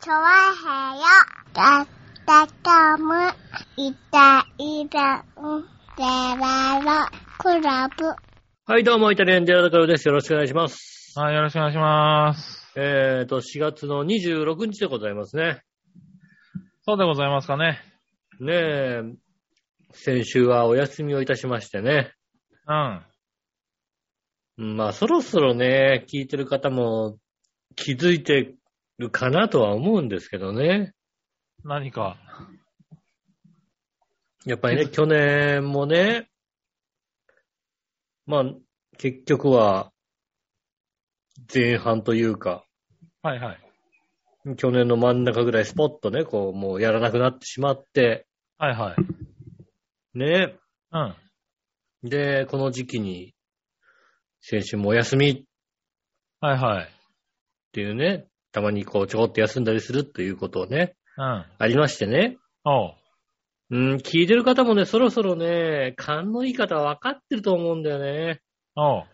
チョワヘヨだったかむいたいたんでららクラブはい、どうも、イタリアンデラダカヨです。よろしくお願いします。はい、よろしくお願いします。えーと、4月の26日でございますね。そうでございますかね。ねえ、先週はお休みをいたしましてね。うん。うんまあ、そろそろね、聞いてる方も気づいてるかなとは思うんですけどね。何か。やっぱりうね、ん去年もね、まあ、結局は、前半というか、はいはい。去年の真ん中ぐらいスポッとね、こう、もうやらなくなってしまって、はいはい。ね。うん。で、この時期に、先週もお休みっはいはい。ていうね、たまにこう、ちょこっと休んだりするということをね、うん。ありましてね。おう。うん、聞いてる方もね、そろそろね、勘のいい方は分かってると思うんだよね。おう。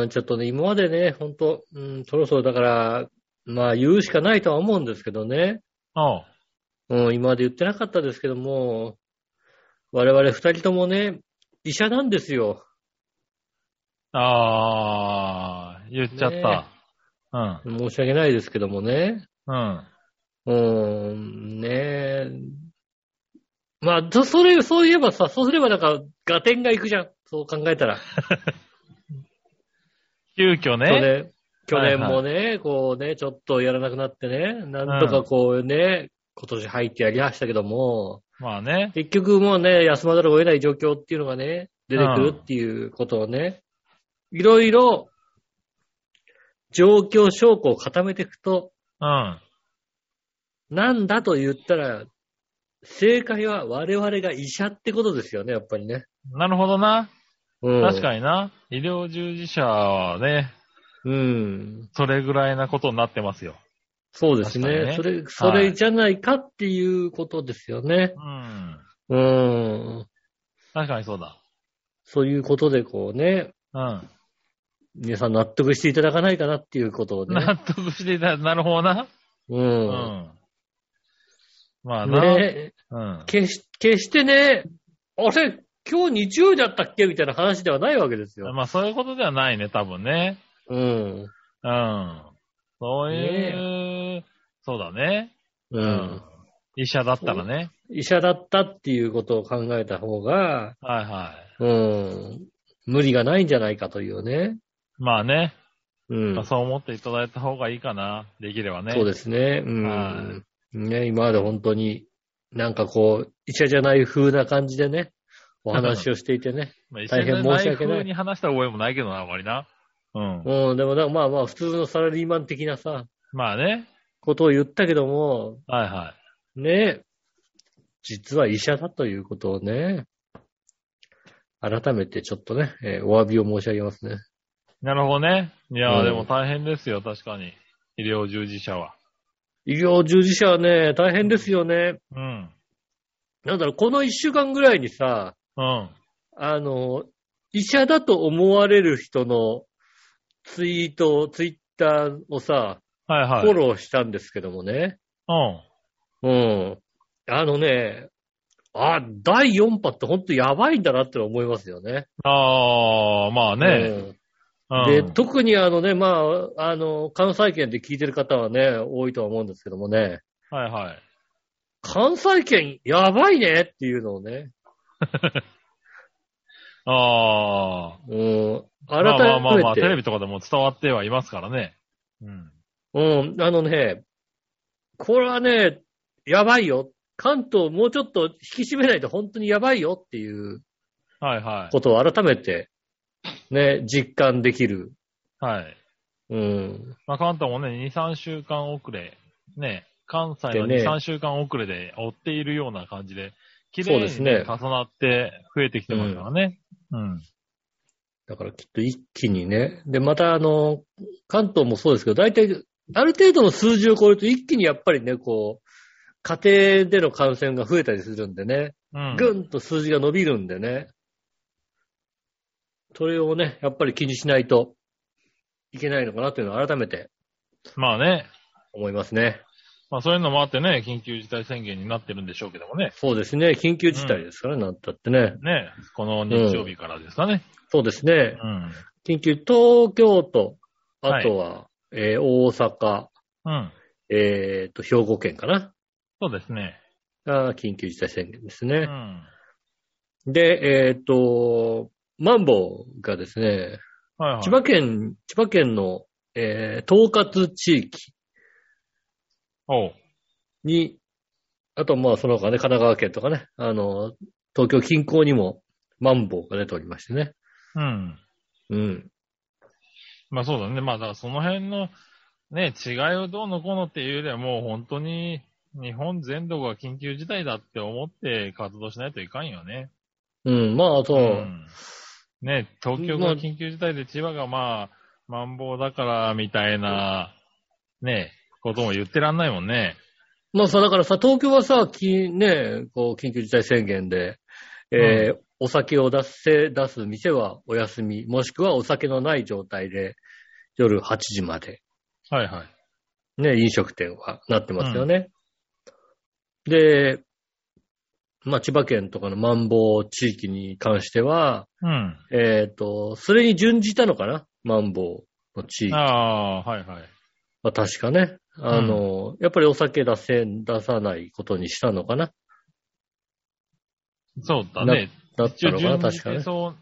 うん、ちょっとね、今までね、ほんと、うん、そろそろだから、まあ言うしかないとは思うんですけどね。おう。うん、今まで言ってなかったですけども、我々二人ともね、医者なんですよ。あー、言っちゃった。ねうん。申し訳ないですけどもね。うん。うん、ねえ。まあ、そそれ、そういえばさ、そうすればなんか、合点がいくじゃん。そう考えたら。急遽去ね。年、去年もね、こうね、ちょっとやらなくなってね、なんとかこうね、今年入ってやりましたけども、まあね。結局もうね、休まざるを得ない状況っていうのがね、出てくるっていうことをね、いろいろ、状況証拠を固めていくと、うん。なんだと言ったら、正解は我々が医者ってことですよね、やっぱりね。なるほどな。うん、確に。かにな。医療従事者はね、うん。それぐらいなことになってますよ。そうです確かね。にねそれ、それじゃないかっていうことですよね。うん。うん。確かにそうだ。そういうことで、こうね、うん。皆さん納得していただかないかなっていうことをね。納得していた、なるほどな。う。うんん。まあな。ねうん。決し、決してね、あれ、今日日曜日だったっけみたいな話ではないわけですよ。まあそういうことではないね、多分ね。うん。うん。そういう、そうだね。う。。うん医者だったらね。医者だったっていうことを考えた方が、はいはうん。無理がないんじゃないかというね。い。まあね、うん。まあそう思っていただいた方がいいかな。できればね。そうでですね。うはん。ね、今まで本当に、なんかこう、医者じゃない風な感じでね、お話をしていてね。 まあ、医者大じ変ゃ申なしい訳ない風に話した覚えもないけどな、あまりな。うん。うん、でもなんかまあまあ、普通のサラリーマン的なさ、まあね。ことを言ったけども、はいはね、実は医者だということをね、改めてちょっとね、えーお詫びを申し上げますね。い。なるほどね。いやー、うんでも大変ですよ、確かに。医療従事者は。医療従事者はね、大変ですよね。うん。なんだろう、この一週間ぐらいにさ、うん。あの、医者だと思われる人のツイートを、ツイッターをさ、はいはい。フォローしたんですけどもね。うん。うん。あのね、あ、第4波って本当やばいんだなって思いますよね。ああ、まあね。うんうんで、特にあのね、まあ、あの、関西圏で聞いてる方はね、多いとは思うんですけどもね、はいはい。関西圏やばいねっていうのをね、ああ。うん、改まあまあまあまめあ、テレて、ビとかでも伝わってはいますからね。うん。うん、あのね、これはね、やばいよ。関東もうちょっと引き締めないと本当にやばいよっていうはいはことを改めて、ね、実感できる。い。はい。うん、まあ、関東もね、2、3週間遅れ。ね、関西ので2、ね3週間遅れで追っているような感じで、綺そう麗ですに、ねね、重なって増えてきてますからね。うん。だからきっと一気にね。で、またあの、関東もそうですけど、大体、ある程度の数字を超えると一気にやっぱりね、こう、家庭での感染が増えたりするんでね、うん。ぐんと数字が伸びるんでね、それをね、やっぱり気にしないといけないのかなというのを改めてまあね。思いますね。まあそういうのもあってね、緊急事態宣言になってるんでしょうけどもね。そうですね。緊急事態ですから、なんたってね。ねこの日曜日からですかね。そうですねう。ん。緊急、東京都、はあいとは、えー大阪、うん。えーと、兵庫県かな。そうですね。が緊急事態宣言ですうね。ん。で、えっ、と、マンボウがですね、はいはい。千葉県、千葉県の、えー統括地域おうに、あと、まあ、その他ね、神奈川県とかね、あの、東京近郊にも、マンボウが出ておりましてね。うん。うん。まあそうだね。まあだからその辺のね、違いをどうのこうのっていうよりはもう本当に日本全土が緊急事態だって思って活動しないといかんよね。うん、まあ、そう。んね、東京が緊急事態で千葉がまあ、マンボウだからみたいな、ね、ことも言ってらんないもんね。まあさ、だからさ、東京はさ、きね、こう、緊急事態宣言で、えーお酒を出せ、出す店はお休み、もしくはお酒のない状態で、夜8時まで、はいはい。ね、飲食店はなってますよね。で、まあ、千葉県とかのマンボウ地域に関しては、うん。えっ、と、それに準じたのかなマンボウの地域はああ、はいはい。確かね。あの、やっぱりお酒出せ、出さないことにしたのかなそうだね。だっ一たの応かな順確次かね。そ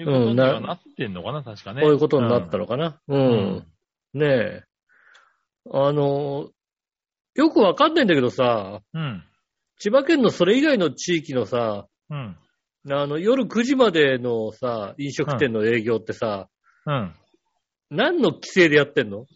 ういうことにはなってんのかな、確かね。こういうことになったのかな、うん、うん。ねえ。あの、よくわかんないんだけどさ、うん。千葉県のそれ以外の地域のさ、うん。あの、夜9時までのさ、飲食店の営業ってさ、うん。何の規制でやってんの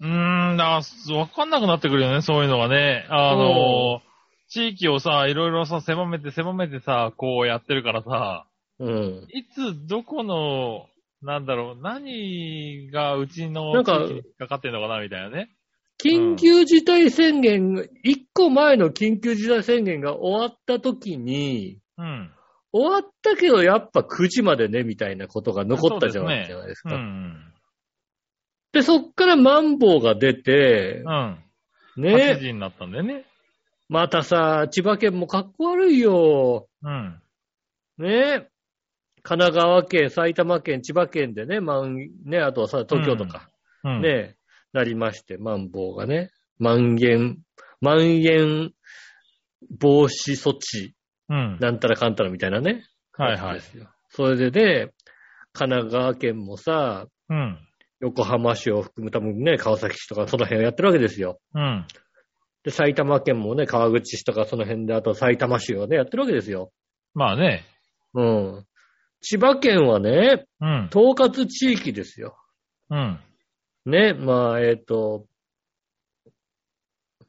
うーん、だからわかんなくなってくるよね、そういうのはね。あの、地域をさ、いろいろさ、狭めて狭めてさ、こうやってるからさ、うん。いつ、どこの、なんだろう、何がうちのなん地か域に引っかかってんのかな、みたいなね。緊急事態宣言、1個前の緊急事態宣言が終わった時に、うん。終わったけどやっぱ9時までね、みたいなことが残ったじゃないじゃないですうか。ん。で、そっからマンボウが出てう、ん。ね8時になったんだよね。またさ、千葉県もかっこ悪いよ。うん。ねえ。神奈川県、埼玉県、千葉県でね、まん、ね、あとはさ、東京とか、うん。ね、なりまして、マンボウがね、まん延、まん延防止措置、うん。なんたらかんたらみたいなね。はいやつはいで。すよそれでね、神奈川県もさ、うん。横浜市を含む多分ね、川崎市とかその辺をやってるわけですよ。うん。で、埼玉県もね、川口市とかその辺で、あと埼玉市をね、やってるわけですよ。まあね。うん。千葉県はね、うん。統括地域ですよ。うん。ね、まあ、えっ、と、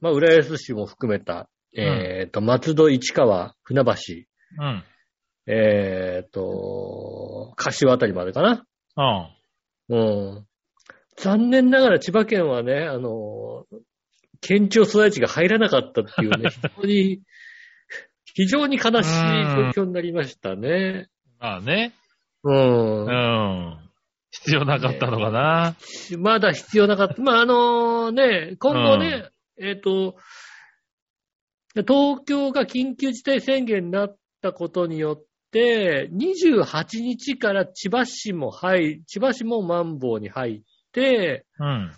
まあ、浦安市も含めた、えっ、と、松戸、市川、船橋、うん。えっ、と、柏あたりまでかな。あうん。残念ながら千葉県はね、あの、県庁所在地が入らなかったっていう ね、非常に、非常に悲しい状況になりましたね。まあね。うんうん。必要なかったのかな。まだ必要なかった。まあ、あのね、今後ね、えっ、と、東京が緊急事態宣言になったことによって、28日から千葉市も入、千葉市もマンボウに入って、うん。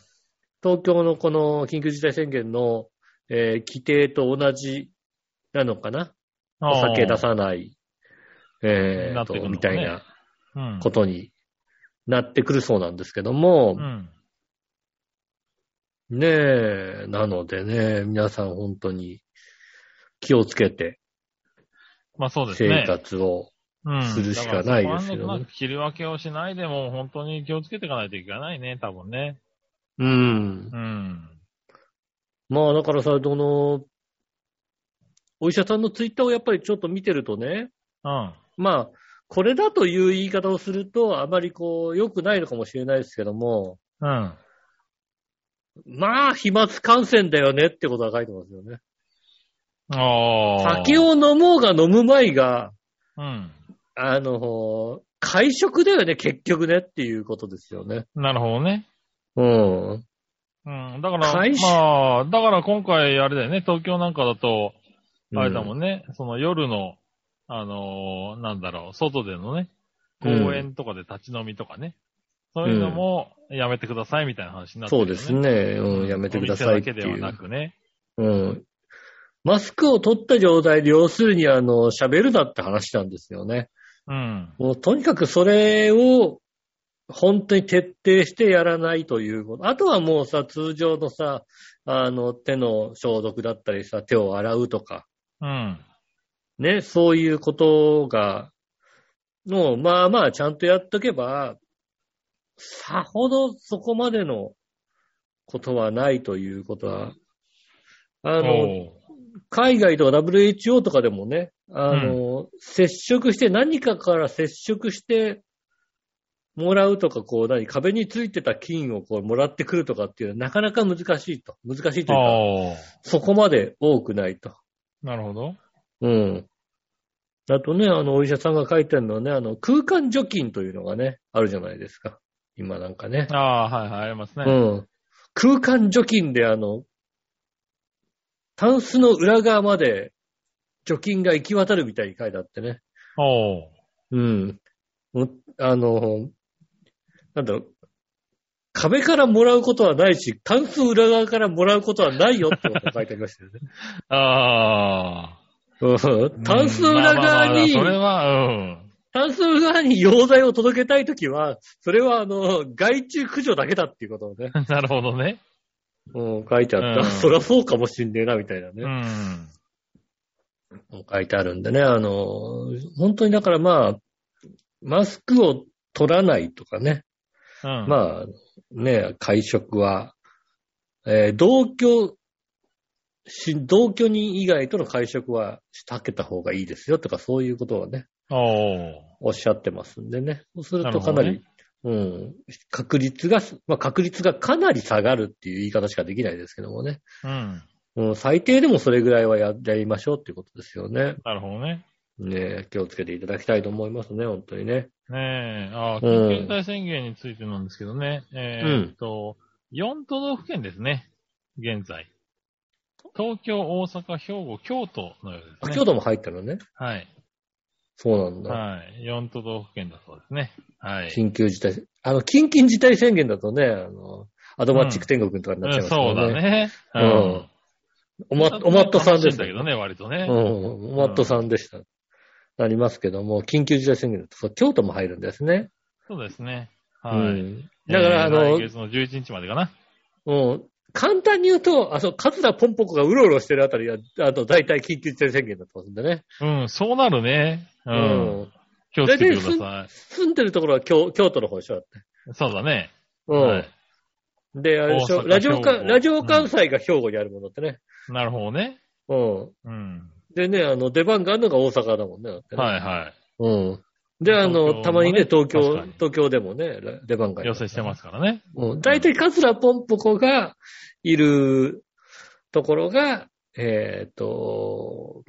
東京のこの緊急事態宣言の、えー規定と同じなのかなお酒出さない、えなーっと、てくるのかねみたいなうん。ことになってくるそうなんですけども、うん。ねえ、なのでね、皆さん本当に気をつけてまあそうですね生。活を。うんするしかないですよねだからそこはうまく切り分けをしないでも、本当に気をつけていかないといけないね、多分ね。うん。うん。まあだからさ、どの、お医者さんのツイッターをやっぱりちょっと見てるとね、うん。まあ、これだという言い方をすると、あまりこう、良くないのかもしれないですけども、うん。まあ、飛沫感染だよねってことが書いてますよね。ああ。酒を飲もうが飲む前が、うん。あの、会食だよね、結局ねっていうことですよね。なるほどね。うん。うん。だから、開始まあ、だから今回あれだよね、東京なんかだと、あれだもね。んね、その夜の、あのーなんだろう、外でのね、公園とかで立ち飲みとかね、そういうのもやめてくださいみたいな話になってそるようですね。うん、やめてくださいってお店だけいではなう。くね。うん。マスクを取った状態で、要するに、あの、喋るなって話なんですよね。うん。もう、とにかくそれを、本当に徹底してやらないということ。あとはもうさ、通常のさ、あの、手の消毒だったりさ、手を洗うとか、うん。ね、そういうことが、もう、まあまあ、ちゃんとやっとけば、さほどそこまでのことはないということは、あの、おう海外とか WHO とかでもね、あの、接触して、何かから接触してもらうとか、こう、何、壁についてた菌をこう、もらってくるとかっていうのは、なかなか難しいと。難しいというか、あそこまで多くないと。あ、なるほど。うん。あとね、あの、お医者さんが書いてるのはね、あの、空間除菌というのがね、あるじゃないですか。今なんかね。ああ、はいはい、ありますね。うん。空間除菌で、あの、タンスの裏側まで除菌が行き渡るみたいに書いてあってね。おううん。もうあの、なんだろう、壁からもらうことはないし、タンス裏側からもらうことはないよってことが書いてありましたよ ね。あうんあ。タンスの裏側に、うんまあまあまあそれは、うん。 タンス側に溶剤を届けたいときは、それはあの、害虫駆除だけだっていうことをね、なるほどね。うん、書いてあった。うんそりゃそうかもしんねえな、みたいなうね、ん。書いてあるんでね、あの、本当にだからまあ、マスクを取らないとかね、うん。あ、まあ、ね、会食は、えー同居し、同居人以外との会食は避けた方がいいですよとか、そういうことをね、おうおっしゃってますんでね。そうするなとるかほなどりねうん。確率が、まあ、確率がかなり下がるっていう言い方しかできないですけどもね。うん。うん、最低でもそれぐらいはややりましょうっていうことですよね。なるほどね。ねえ気をつけていただきたいと思いますね、本当にね。ねえ、ああ、うん緊急事態宣言についてなんですけどね、えーっと、4都道府県ですね、現在。東京、大阪、兵庫、京都のようですあね。京都も入ったのね。はい。そうなんだ。はい。4都道府県だそうですね。はい。緊急事態、あの、緊急事態宣言だとね、あの、アドマチック天国とかになっちゃいうんますかそうらね。だね。うんおま、おまっとさんで楽ししいただけどね、割とね。うん、おまっとさんでした。なりますけども、緊急事態宣言だと、そう京都も入るんですね。そうですね。うはい。ん。だから、あの、えー来月の11日までかな。うん。簡単に言うと、あ、そう、カツラポンポコがうろうろしてるあたりは、あと大体緊急事態宣言だったんでね。うん、そうなるね。う。。うん気をつけてくださ住んでるところは京京都の方でしょだって。い。そうだね。うん。はいで、あれでしょ大阪ラジオ兵関、庫ラジオ関西が兵庫にあるものってね。なるほどね。うん。うん。でね、あの、出番があるのが大阪だもんね。だってねはいはうん。で、あ東京の、もねたまにね、東京、確かに東京でもね、ら出番があい。る要請してますからね。うん。大体カツラポンポコがいるところが、えっ、と、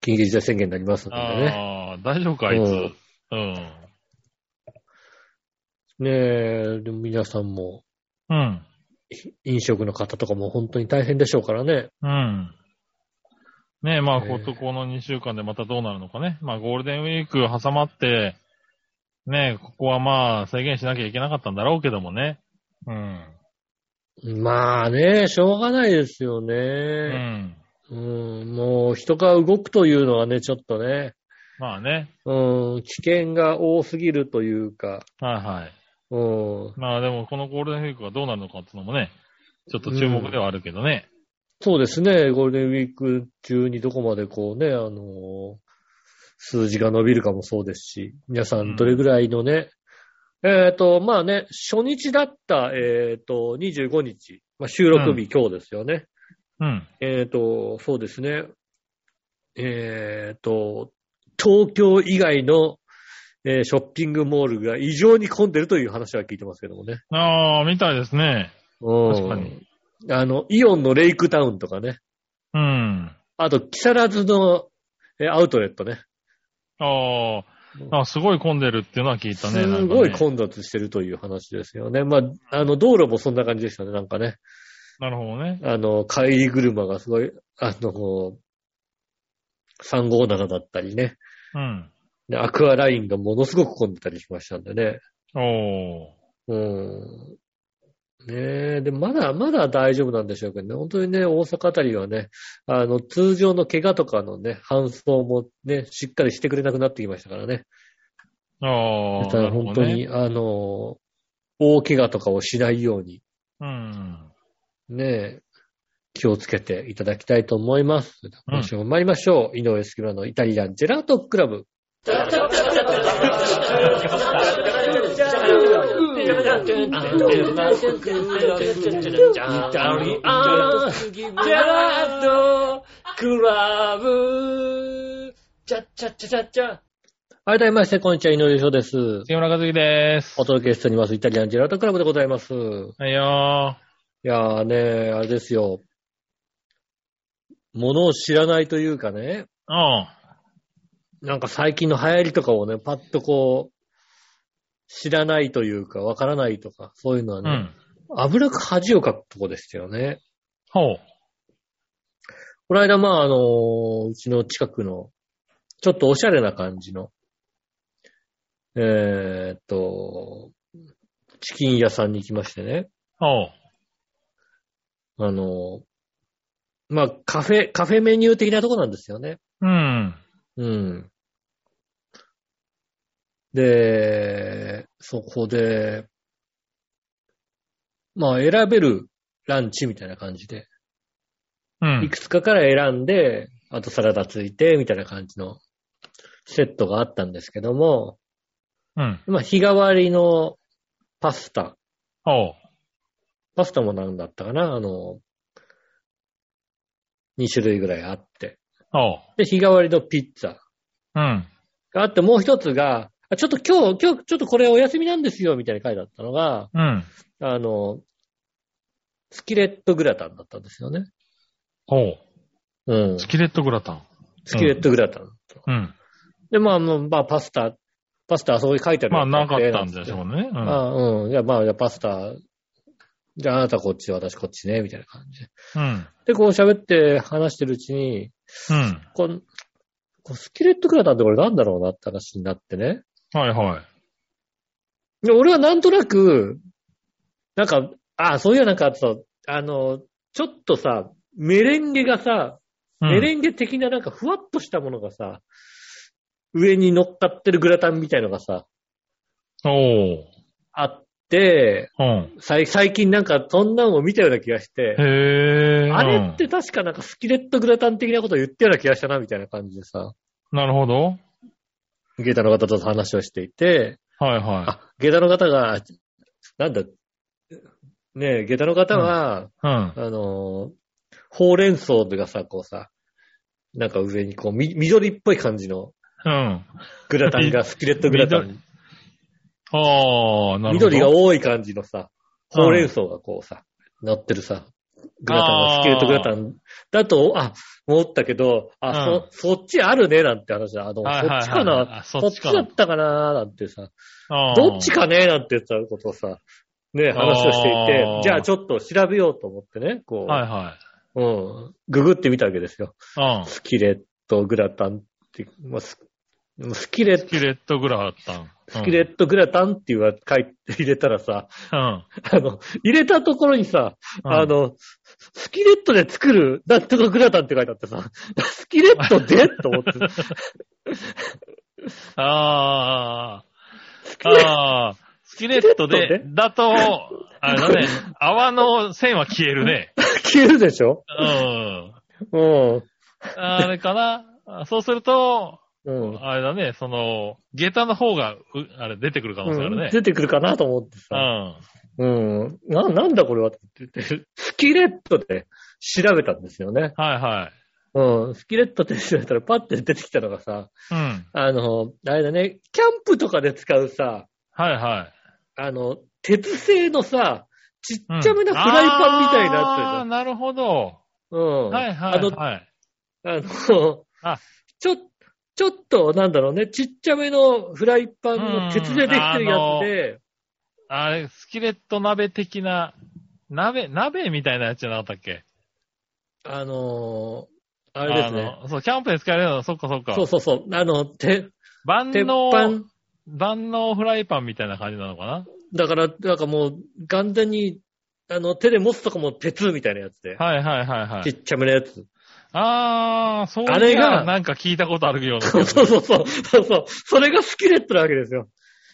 緊急事態宣言になりますのでね。ああ、大丈夫か、あいうつ。んうん。ねえ、でも皆さんも、うん。飲食の方とかも本当に大変でしょうからね。うん。ねえ、まあ、ええこうとこの2週間でまたどうなるのかね。まあ、ゴールデンウィーク挟まって、ねえ、ここはまあ、制限しなきゃいけなかったんだろうけどもね。うん。まあね、しょうがないですようね。ん。うん、もう人が動くというのはね、ちょっとね、まあね。うん、危険が多すぎるというか、はいはい。うん、まあ、でも、このゴールデンウィークがどうなるのかっていうのもね、ちょっと注目ではあるけどね。そうですね、ゴールデンウィーク中にどこまでこうね、あの、数字が伸びるかもそうですし、皆さんどれぐらいのね、えっ、と、まあね、初日だった、えっ、と、25日、まあ、収録日、今日ですよね。うん。えっ、と、そうですね、えっ、と、東京以外の、えーショッピングモールが異常に混んでるという話は聞いてますけどもね。ああ、みたいですね。うん確かに。あの、イオンのレイクタウンとかね。うん。あと、木更津のえーアウトレットね。ああ、あすごい混んでるっていうのは聞いたね。なんすかごいね混雑してるという話ですよね。まあ、あの、道路もそんな感じでしたね、なんかね。なるほどね。あの、帰り車がすごい、あの、こう357だったりね。うん。で、アクアラインがものすごく混んでたりしましたんでね。おー。うん。ねえ、で、まだ、まだ大丈夫なんでしょうけどね。本当にね、大阪あたりはね、あの、通常の怪我とかのね、搬送もね、しっかりしてくれなくなってきましたからね。あだあ。かならるほ本ど当ね。に、あの、大怪我とかをしないように、うん。ねえ、気をつけていただきたいと思います。今週も参りましょう。井上杉村のイタリアンジェラートクラブ。はい、どうもまして、こんにちは、井上翔です。杉村和樹です。お届けしております、イタリアンジェラートクラブでございます。はいよいやーね、あれですよ。ものを知らないというかね、ー。うん。なんか最近の流行りとかをね、パッとこう、知らないというか、わからないとか、そういうのはうね、ん。油か恥をかくとこでしたよね。ほう。この間、まあ、あのーうちの近くの、ちょっとおしゃれな感じの、えーっと、チキン屋さんに行きましてね、ほう。あのーまあ、カフェ、カフェメニュー的なとこなんですよね。うん。うん。で、そこで、まあ選べるランチみたいな感じで、ういん。くつかから選んで、あとサラダついて、みたいな感じのセットがあったんですけども、うん。まあ日替わりのパスタ、ほパスタも何だったかなあの、2種類ぐらいあって、う。ほで、日替わりのピッツァ、う。うん。があって、もう一つが、あちょっと今日、今日、ちょっとこれお休みなんですよ、みたいな回だったのが、うん。あの、スキレットグラタンだったんですよね。ほう。うん。スキレットグラタン。スキレットグラタン。うん。で、まあ、まあまあ、パスタ、パスタあそこに書いてあるまあ、やつなかったなんてでしょうね。うん。あうん。じゃあ、まあ、じゃあパスタ、じゃああなたこっち、私こっちね、みたいな感じで。うん。で、こう喋って話してるうちに、うん。こんこうスキレットグラタンってこれなんだろうなって話になってね。はいはい。で、俺はなんとなく、なんか、あそういやなんかさ、あの、ちょっとさ、メレンゲがさ、うんメレンゲ的ななんかふわっとしたものがさ、上に乗っかってるグラタンみたいのがさ、おー。あって、うん。最最近なんかそんなのを見たような気がして、へー。あれって確かなんかスキレットグラタン的なことを言ったような気がしたなみたいな感じでさ、うん。なるほど。ゲータの方と話をしていて、はいはあ、ゲータの方が、なんだ、ねえ、ゲータの方は、い。うん。あのーほうれん草がさ、こうさ、なんか上にこう、み、緑っぽい感じのうん。グラタンが、スキレットグラタン、ああ、なるほど。緑が多い。多い感じのさ、ほうれん草がこうさ、乗ってるさ、グラタンあーが、スキレットグラタンだと、あ、思ったけど、あ、うんそ、そっちあるね、なんて話だ。あの、はいはいそっはいちかな、あそそっっちだちかったかな、なんてさ、あーどっちかね、なんて言ったことをさ、ね、話をしていてあ、ーじゃあちょっと調べようと思ってね、こう、はいはうん、ググってみたわけですよ。い。うん。ススキレットグラタンって、まあ、ススキレット、キレットグラタン。スキレットグラタンっていうのは書いて入れたらさ、 うん。あの、入れたところにさ、うんあの、スキレットで作る、なんとかグラタンって書いてあってさ、スキレットでと思って、 ああ。ああ。ススキキレットレッでト、だと、あれだね、泡の線は消えるね。消えるでしょうん。うん。あれかな。あそうすると、うん。あれだね、その、下駄の方が、うあれ出てくる可能性あるうんね。出てくるかなと思ってうさ、ん。うん。な、なんだこれはって言って、スキレットで調べたんですよね。はいはうい。ん。スキレットで調べたらパッて出てきたのがさ、うん。あの、あれだね、キャンプとかで使うさ、はいはい。あの、鉄製のさ、ちうんっちゃめなフライパンみたいあーなやなるほど。つうん。はいはあいの、はい。あの、あちょ、ちょっと、なんだろうね、ちっちゃめのフライパンうんの鉄でできてるやつで、あれ、スキレット鍋的な、鍋、鍋みたいなやつじゃなかったっけあのーああれですね。のそう、キャンプで使えるような、そっかそっか。そうそうそう。あの、て、万鉄能、板。万能フライパンみたいな感じなのかなだから、なんかもう、完全に、あの、手で持つとかも鉄みたいなやつで。はいはいはいはちい。っちゃめのやつ。あー、そういうあれがなんか聞いたことあるような気そうがする。そうそうそう。そうそう。それがスキレットなわけですよ。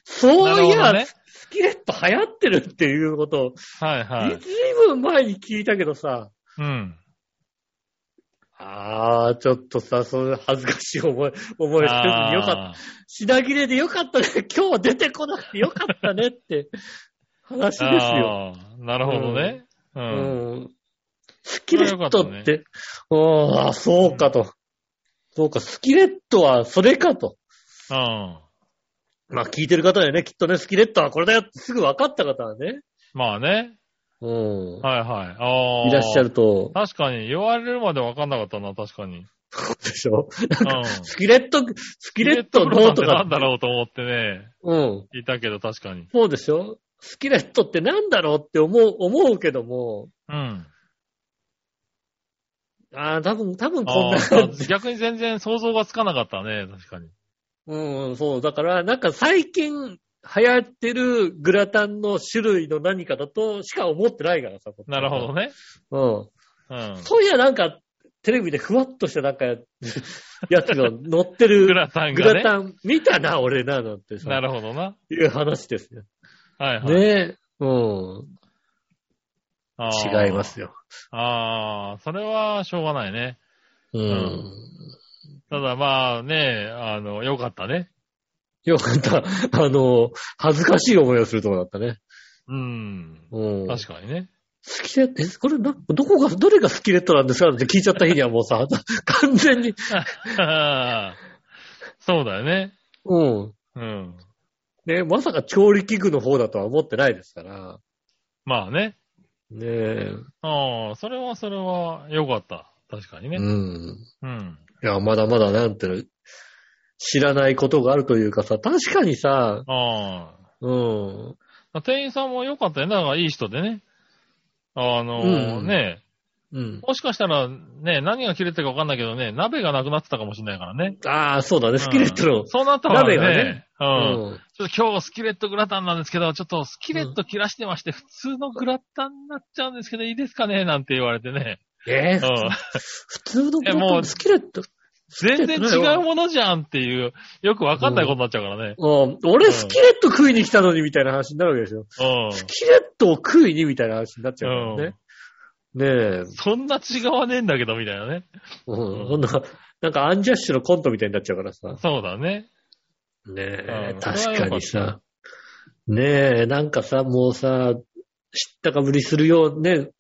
そういなるほや、どねスキレット流行ってるっていうことを、はいはずい。いぶん前に聞いたけどさ、うん。あー、ちょっとさ、その恥ずかしい思い、思いしてずによかった。っ品切れでよかったね。今日は出てこなくてよかったねって話ですよ。なるほどね。う。うんん。スキレットって、うん、あ、そうかと。そうか、スキレットはそれかと。うん。まあ聞いてる方だよね、きっとね、スキレットはこれだよってすぐ分かった方はね、まあね。うん。はいはい。あーいらっしゃる。と、確かに、言われるまでわかんなかったな、確 かに。でしょうなんか、ん。ススキレット、スキレットのとなかん、だろうと思ってね、うん。いたけど確かに。そうでしょスキレットってなんだろうって思う、思うけども、うん。ああ、多分、多分 こんあなー感じ。逆に全然想像がつかなかったね、確かに。うん、そう。だから、なんか最近流行ってるグラタンの種類の何かだとしか思ってないからさ。なるほどね。ど。うんうん。。そういや、なんか、テレビでふわっとしたなんか、やつが乗ってるグラタングラがね。タン見たな、俺な、なんてなさ、るほどな。いう話ですよ。はいはい。ねえ。うん。あー違いま。すよ。ああ、それはしょうがないね。うん。ただまあね、あの、よかったね。よかった。あの、恥ずかしい思いをするとこだったね。うん。うん。確かにね。 スキレット、え、これな、どこが、どれがスキレットなんですかって聞いちゃった日にはもうさ、 完全に、そうだよね。うん。うん。ね、まさか調理器具の方だとは思ってないですから。まあね。ねえ。ああ、それはそれはよかった。確かにうね。ん。うん。いや、まだまだなんていうの、知らないことがあるというかさ、確かにさ、ああ。うん。まあ店員さんも良かったよね。だからいい人でね。あのーうんね、うん。もしかしたらね、何が切れてるか分かんないけどね、鍋がなくなってたかもしれないからね。ああ、そうだね、スキレットの。そうなったら鍋ね、がねう。うんちょっと今日スキレットグラタンなんですけど、ちょっとスキレット切らしてまして、普通のグラタンになっちゃうんですけど、いいですかねなんて言われてね。えうーん。普通のグラえタもンうスキレット。全然違うものじゃんっていう、よく分かんないことになっちゃうからね。うん。俺スキレット食いに来たのにみたいな話になるわけでしょ。スキレットを食いにみたいな話になっちゃうからね。ねえ、うん。そんな違わねえんだけど、みたいなね。うん、そんな、なんかアンジャッシュのコントみたいになっちゃうからさ。そうだね。ねえ、うん確かにさ。ねえ、なんかさ、もうさ、知ったかぶりするようね、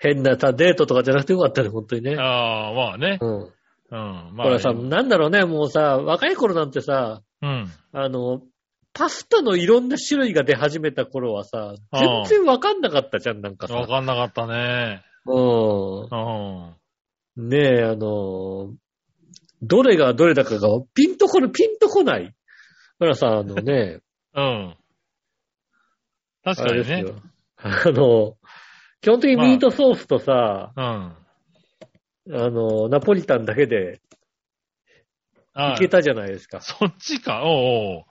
変なさ、デートとかじゃなくてよかったね、本当にね。ああ、まあねう。ん。うん。まこれあ。さ、なんだろうね、もうさ、若い頃なんてさ、うん。あの、パスタのいろんな種類が出始めた頃はさ、全然わかんなかったじゃん、なんかわさ。かんなかったね。ううん。ん。ねえ、あの、どれがどれだかがピンとこる、ピンとこない。だからさ、あのね、うん。 確あかれでにすね。よ。あの、基本的にミートソースとさ、うん。あの、ナポリタンだけであいけたじゃないですか。そっちか。おうおう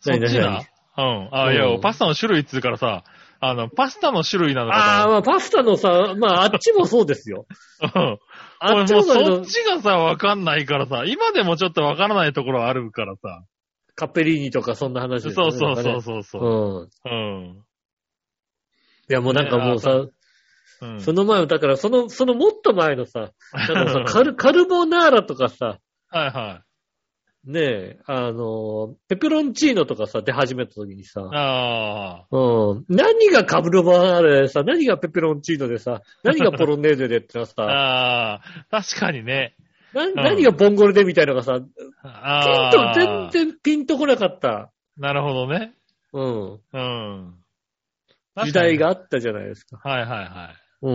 そっ何ち何だ。うん。あ、いうや、んパスタの種類っつうからさ、あの、パスタの種類なのああ、かまあパスタのさ、まああっちもそうですよ。と思った。うん。あっち 俺ももうそうだけそっど、ちがさ、わかんないからさ、今でもちょっとわからないところあるからさ。カッペリーニとかそんな話そでうすよそね。うそうそううそう。ん。うん。いや、もうなんかもうねさ、うん。その前の、だからその、そのもっと前のさ、なんかさ カル、カルボナーラとかさ、はいはねえ、あの、ペペロンチーノとかさ、出始めた時にさい。、あうん、何がカブロバーレでさ、何がペペロンチーノでさ、何がポロネーゼでってのは あ。さ、ああ。確かにね。なうん何がボンゴルでみたいのがさ、ピンあと、あ。全然ピンとこなかった、なるほどね。うん、うん。時代があ確ったじゃないですか。かに。はいはいはい。う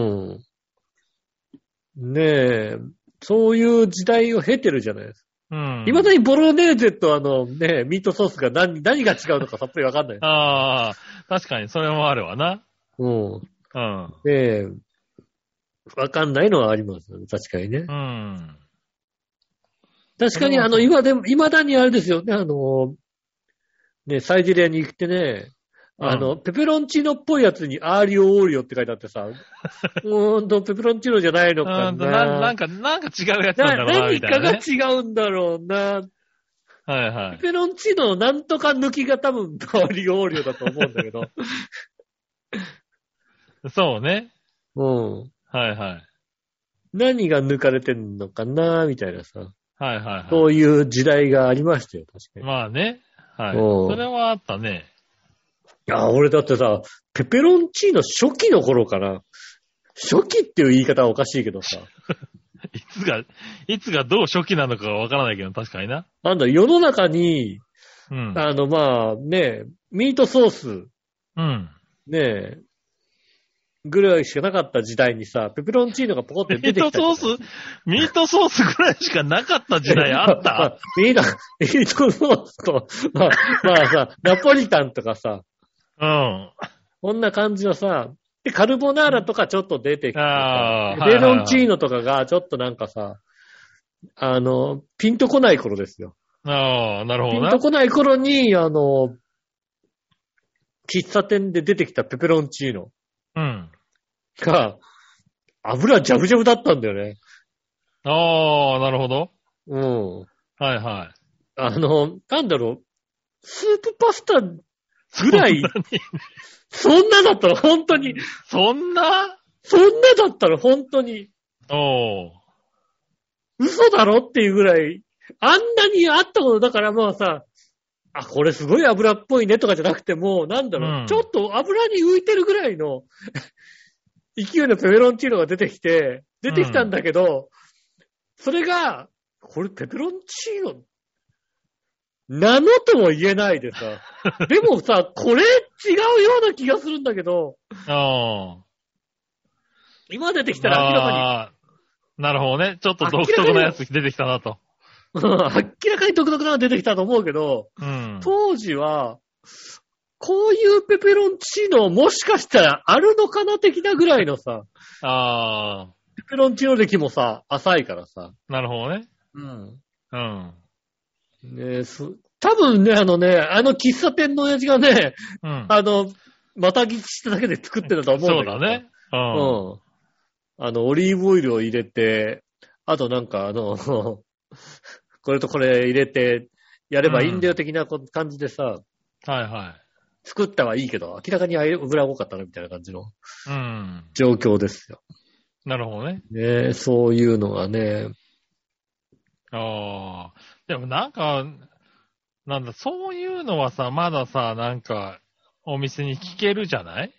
ん。ねえ、そういう時代を経てるじゃないですか。うん。。いまだにボロネーゼとあのね、ミートソースが何、何が違うのかさっぱりわかんないああ、確かにそれもあるわな。うん。ううん。で、わかんないのはありますよね。確かにねう。ん。確かに、うんあの、今でも、未だにあれですよね、あの、ね、サイゼリアに行ってね、あの、ペペロンチーノっぽいやつにアーリオオーリオって書いてあって さ、うーんと、ペペロンチーノじゃないのかな。うんとななんか、か、なんか違うやつなんだろうな、何みたいかがな、ね。違うんだろうな。はいはペい。ペロンチーノのなんとか抜きが多分、アーリオオーリオだと思うんだけど。 そうね。うん。はいはい。何が抜かれてんのかな、みたいなさ。はいはいはい。そういう時代がありましたよ、確かに。まあね。はい。うんそれはあったね。いや、俺だってさ、ペペロンチーノ初期の頃かな。初期っていう言い方はおかしいけどさ。いつが、いつがどう初期なのかわからないけど、確かにな。なんだ、世の中に、うん。あの、まあ、ね、ミートソース、うん。ね、ぐらいしかなかった時代にさ、ペペロンチーノがポコってミ出ーてきトた。ソース、ミートソースぐらいしかなかった時代あっま たあミート、ミートソースと、まあ、まあさ、ナポリタンとかさ、うん。こんな感じのさ、で、カルボナーラとかちょっと出てきてあさ、ーペペはいはいはいロンチーノとかがちょっとなんかさ、あの、ピンとこない頃ですよ。ああ、なるほピどンな。とこない頃に、あの、喫茶店で出てきたペペロンチーノうん。が、油ジャブジャブだったんだよね。ああ、なるほど。うん。はいはい。あの、なんだろう、スープパスタぐらい、そんなだったら本当に、そんなそんなだったら本当に、おー。嘘だろっていうぐらい、あんなにあったことだからまあさ、あ、これすごい油っぽいねとかじゃなくても、なんだろう、うんちょっと油に浮いてるぐらいの 勢いのペペロンチーノが出てきて、出てきたんだけど、それが、これペペロンチーノなのとも言えないでさ、でもさ、これ違うような気がするんだけど、あ今出てきーたら明らかにあーなるほどね。ちょっと独特なやつ出てきたなと。うん 明らかに独特なの出てきたと思うけど、うん。当時は、こういうペペロンチーノもしかしたらあるのかな的なぐらいのさ、ああ、ペペロンチーノ歴もさ、浅いからさ。なるほどね。うん。うん。ねえ、す、多分ね、あのね、あの喫茶店の親父がね、うん。あの、またぎしただけで作ってたと思そううんだけだど。ね。うん。うん。あの、オリーブオイルを入れて、あとなんかあの、 これとこれ入れて、やればいいんだよ的なこ感じでさ、はいは作ったはいいけど、明らかに油が多かったなみたいな感じのい。うん。状況ですよ。なるほどね。ねえそういうのがね、ああ。でもなんか、なんだ、そういうのはさ、まださ、なんか、お店に聞けるじゃない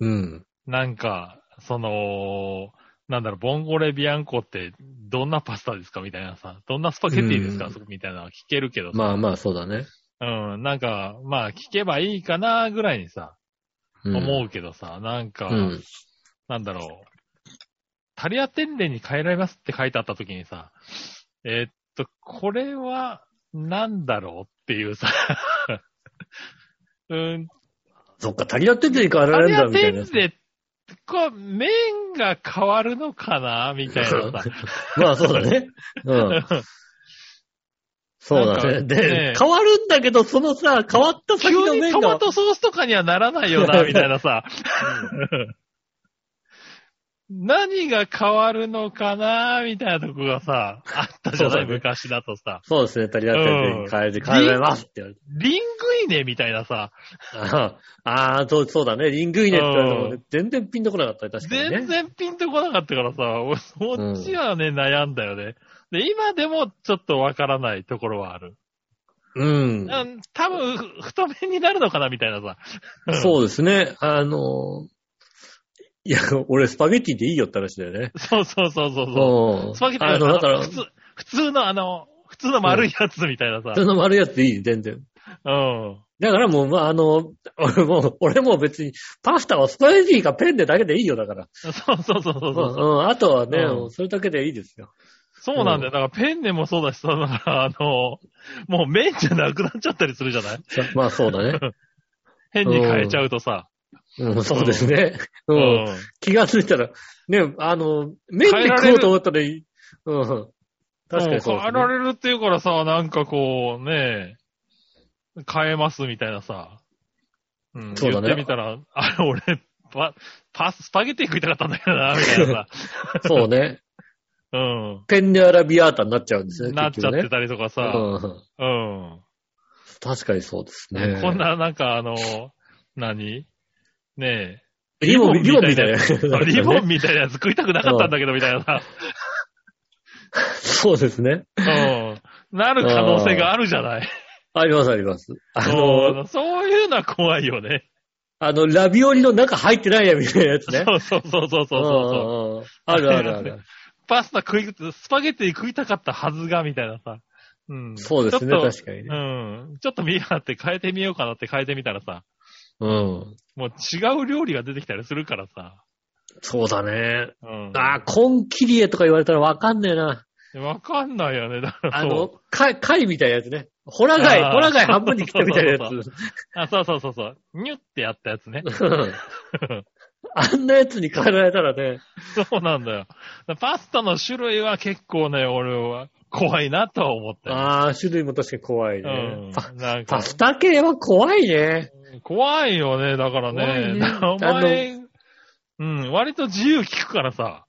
うん。なんか、その、なんだろう、ボンゴレビアンコってどんなパスタですかみたいなさ、どんなスパゲッティですか、うんみたいなのは聞けるけどさ、まあまあ、そうだね。うん、なんか、まあ聞けばいいかなぐらいにさ、うん、思うけどさ、なんか、うん。なんだろう、タリアテンレに変えられますって書いてあった時にさ、えーっと、これは、なんだろうっていうさ、 うん、そっか、タリアテンレに変わタられリアるんだ、みたいテなン。レ、こう、麺が変わるのかなみたいなさ。まあ、そうだね。うん。そうだなね。んかでね、変わるんだけど、そのさ、変わった先急のに面トマが。トソースとかにはならないよな、みたいなさ。何が変わるのかなみたいなとこがさ、あったじゃなそい、うだね昔だとさ。そうですね、タリアテンレに変えて、変えられますって言われて。リングイネみたいなさ、ああ、そうそうだね。リングイネって言われてもねう全然ピンとこなかったね、確かにね。全然ピンとこなかったからさ、俺そっちはね、悩んだよね。で、今でもちょっとわからないところはある。うん。うん、多分、ふ太麺になるのかなみたいなさ。そうですね。あの、いや、俺スパゲティでいいよって話だよね。そうそうそうそうそう。そう。スパゲッティあの、だから、普普通、普通のあの、普通の丸いやつみたいなさ。通の丸いやつでいい、全然。うん。だからもう、まあ、あの、 俺も、俺も別に、パスタはスパゲティかペンネだけでいいよ、だから。そうそうそうそううそう。ん、うん、あとはね、うんもうそれだけでいいですよ。そうなんだよ。だからペンネもそうだしさ、だからあの、もう麺じゃなくなっちゃったりするじゃないまあ、そうだね。変に変えちゃうとさ。うん、そうですね。う。うんん。気がついたら、ね、あの、麺で食おうと思ったらいい。うん。確かにそうです、ね。も変えられるっていうからさ、なんかこう、ねえ、変えますみたいなさ。うん、そうだね言ってみたら、あれ俺、パ、パ、スパゲティ食いたかったんだけどな、みたい なさ。そうね。うん。ペンネアラビアータになっちゃうんですね。なっちゃって結たりとか局さ。ねうん。うん。確かにそうですね。こんな、なんかあの、何ねえ。リボン、リボンみたいやな。つ。リボンン。みたいなやつ食いたくなかったんだけど、みたいなさ。そうですね。うん。なる可能性があるじゃない。ありますあります。あの、うんそういうのは怖いよね。あの、ラビオリの中入ってないやみたいなやつね。そうそうそうそうそうそう。うんうんうんあるあるあありまる。パスタ食い、スパゲティ食いたかったはずが、みたいなさ。うん。そうですね、ちょっと確かにね。うん。ちょっと見やがって変えてみようかなって変えてみたらさ、うん。もう違う料理が出てきたりするからさ。そうだね。うん。あー、コンキリエとか言われたらわかんねえな。わかんないよね。だからあそうの、貝、貝みたいなやつね。ホラ貝、あーホラ貝半分に切ったみたいなやそうつ。あ、そうそうそうそう。ニュってやった やつね。うんあんなやつに変えられたら ね。そうなんだよ。パスタの種類は結構ね、俺は怖いなとは思ったよ。ああ、種類も確かに怖いね。パうん。なんかパ、スタ系は怖いね。怖いよね、だからね。怖いねお前、うん、割と自由聞くからさ、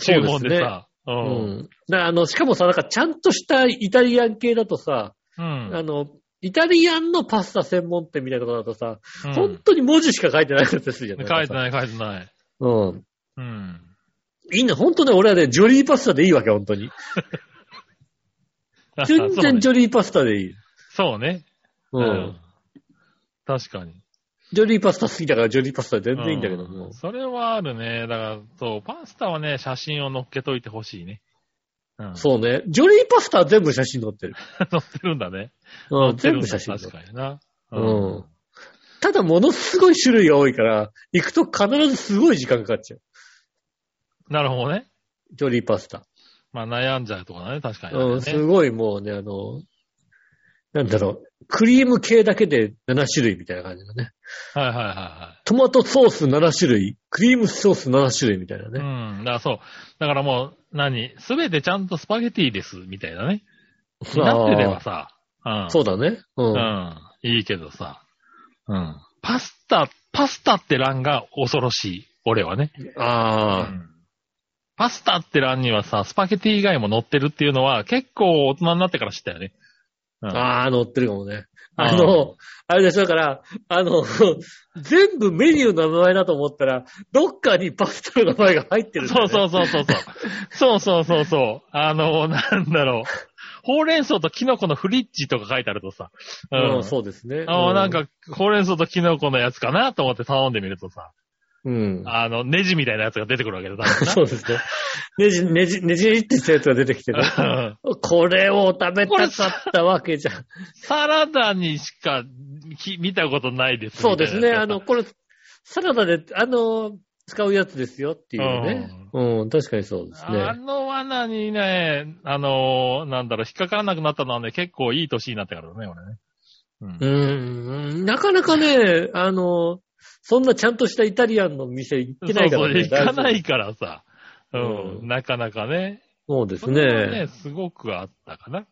注文でさ。う。うんん。なあの、しかもさ、なんかちゃんとしたイタリアン系だとさ、うん。あの、イタリアンのパスタ専門店みたいなとこだとさ、うん本当に文字しか書いてないやつですよね。書いてい。ない、書いてない。うん。うん。いいんだ、本当ね、俺はね、ジョリーパスタでいいわけ、本当に。全然ジョリーパスタでいい。そうね。そうね。うん。うん確かに。ジョリーパスタ好きだから、ジョリーパスタで全然いいんだけども。うんそれはあるね。だから、そう、パスタはね、写真を載っけといてほしいね。うん。そうね。ジョリーパスタは全部写真載ってる。 載ってるんだね。う載ん、全ってるん部写だ真載っ確てる。かにな。うん。ただ、ものすごい種類が多いから、行くと必ずすごい時間かかっちゃう。なるほどね。ジョリーパスタ。まあ悩んじゃうとかね、確かにね、うん、すごいもうね、あの、なんだろう、クリーム系だけで7種類みたいな感じだね。はいはいはトマトソース7種類、クリームソース7種類みたいないはい。ね。うん。だからそう。だからもう、何すべてちゃんとスパゲティです、みたいなね。あーなってればさ。うん。そうだね。うん。うん。いいけどさ。うん。パスタ、パスタって欄が恐ろしい。俺はね。うああ、ん。パスタって欄にはさ、スパゲティ以外も載ってるっていうのは結構大人になってから知ったよね。うん。ああ、乗ってるかもね。あーあの、あれでしょ、だから、あの、 全部メニューの名前だと思ったら、どっかにパスタの名前が入ってるんだよそうね、そううそうそうそう。そうそうそうそう。あの、なんだろう。ほうれん草とキノコのフリッジとか書いてあるとさ。ん、そうですね。あうのなん、か、ほうれん草とキノコのやつかなと思って頼んでみるとさ、うん。あの、ネジみたいなやつが出てくるわけだ。多 そうですね。ねじ、ねじ、ねじりってしたやつが出てきてる。分なうんこれを食べたかったわけじゃん。サラダにしかき見たことないです。そうですみたね。いなやあつがの、これ、サラダで、あの、使うやつですよっていうね。うん、確かにそうですあね。の罠にね、あのなんだろう、引っかからなくなったのはね、結構いい年になってからだね、俺ね。うんうーん、なかなかね、あの、そんなちゃんとしたイタリアンの店行ってないからね。そうそう、行かな大丈いからさ。うん、うんなかなかね。夫そうですそれはね。ね、すごくあったかな。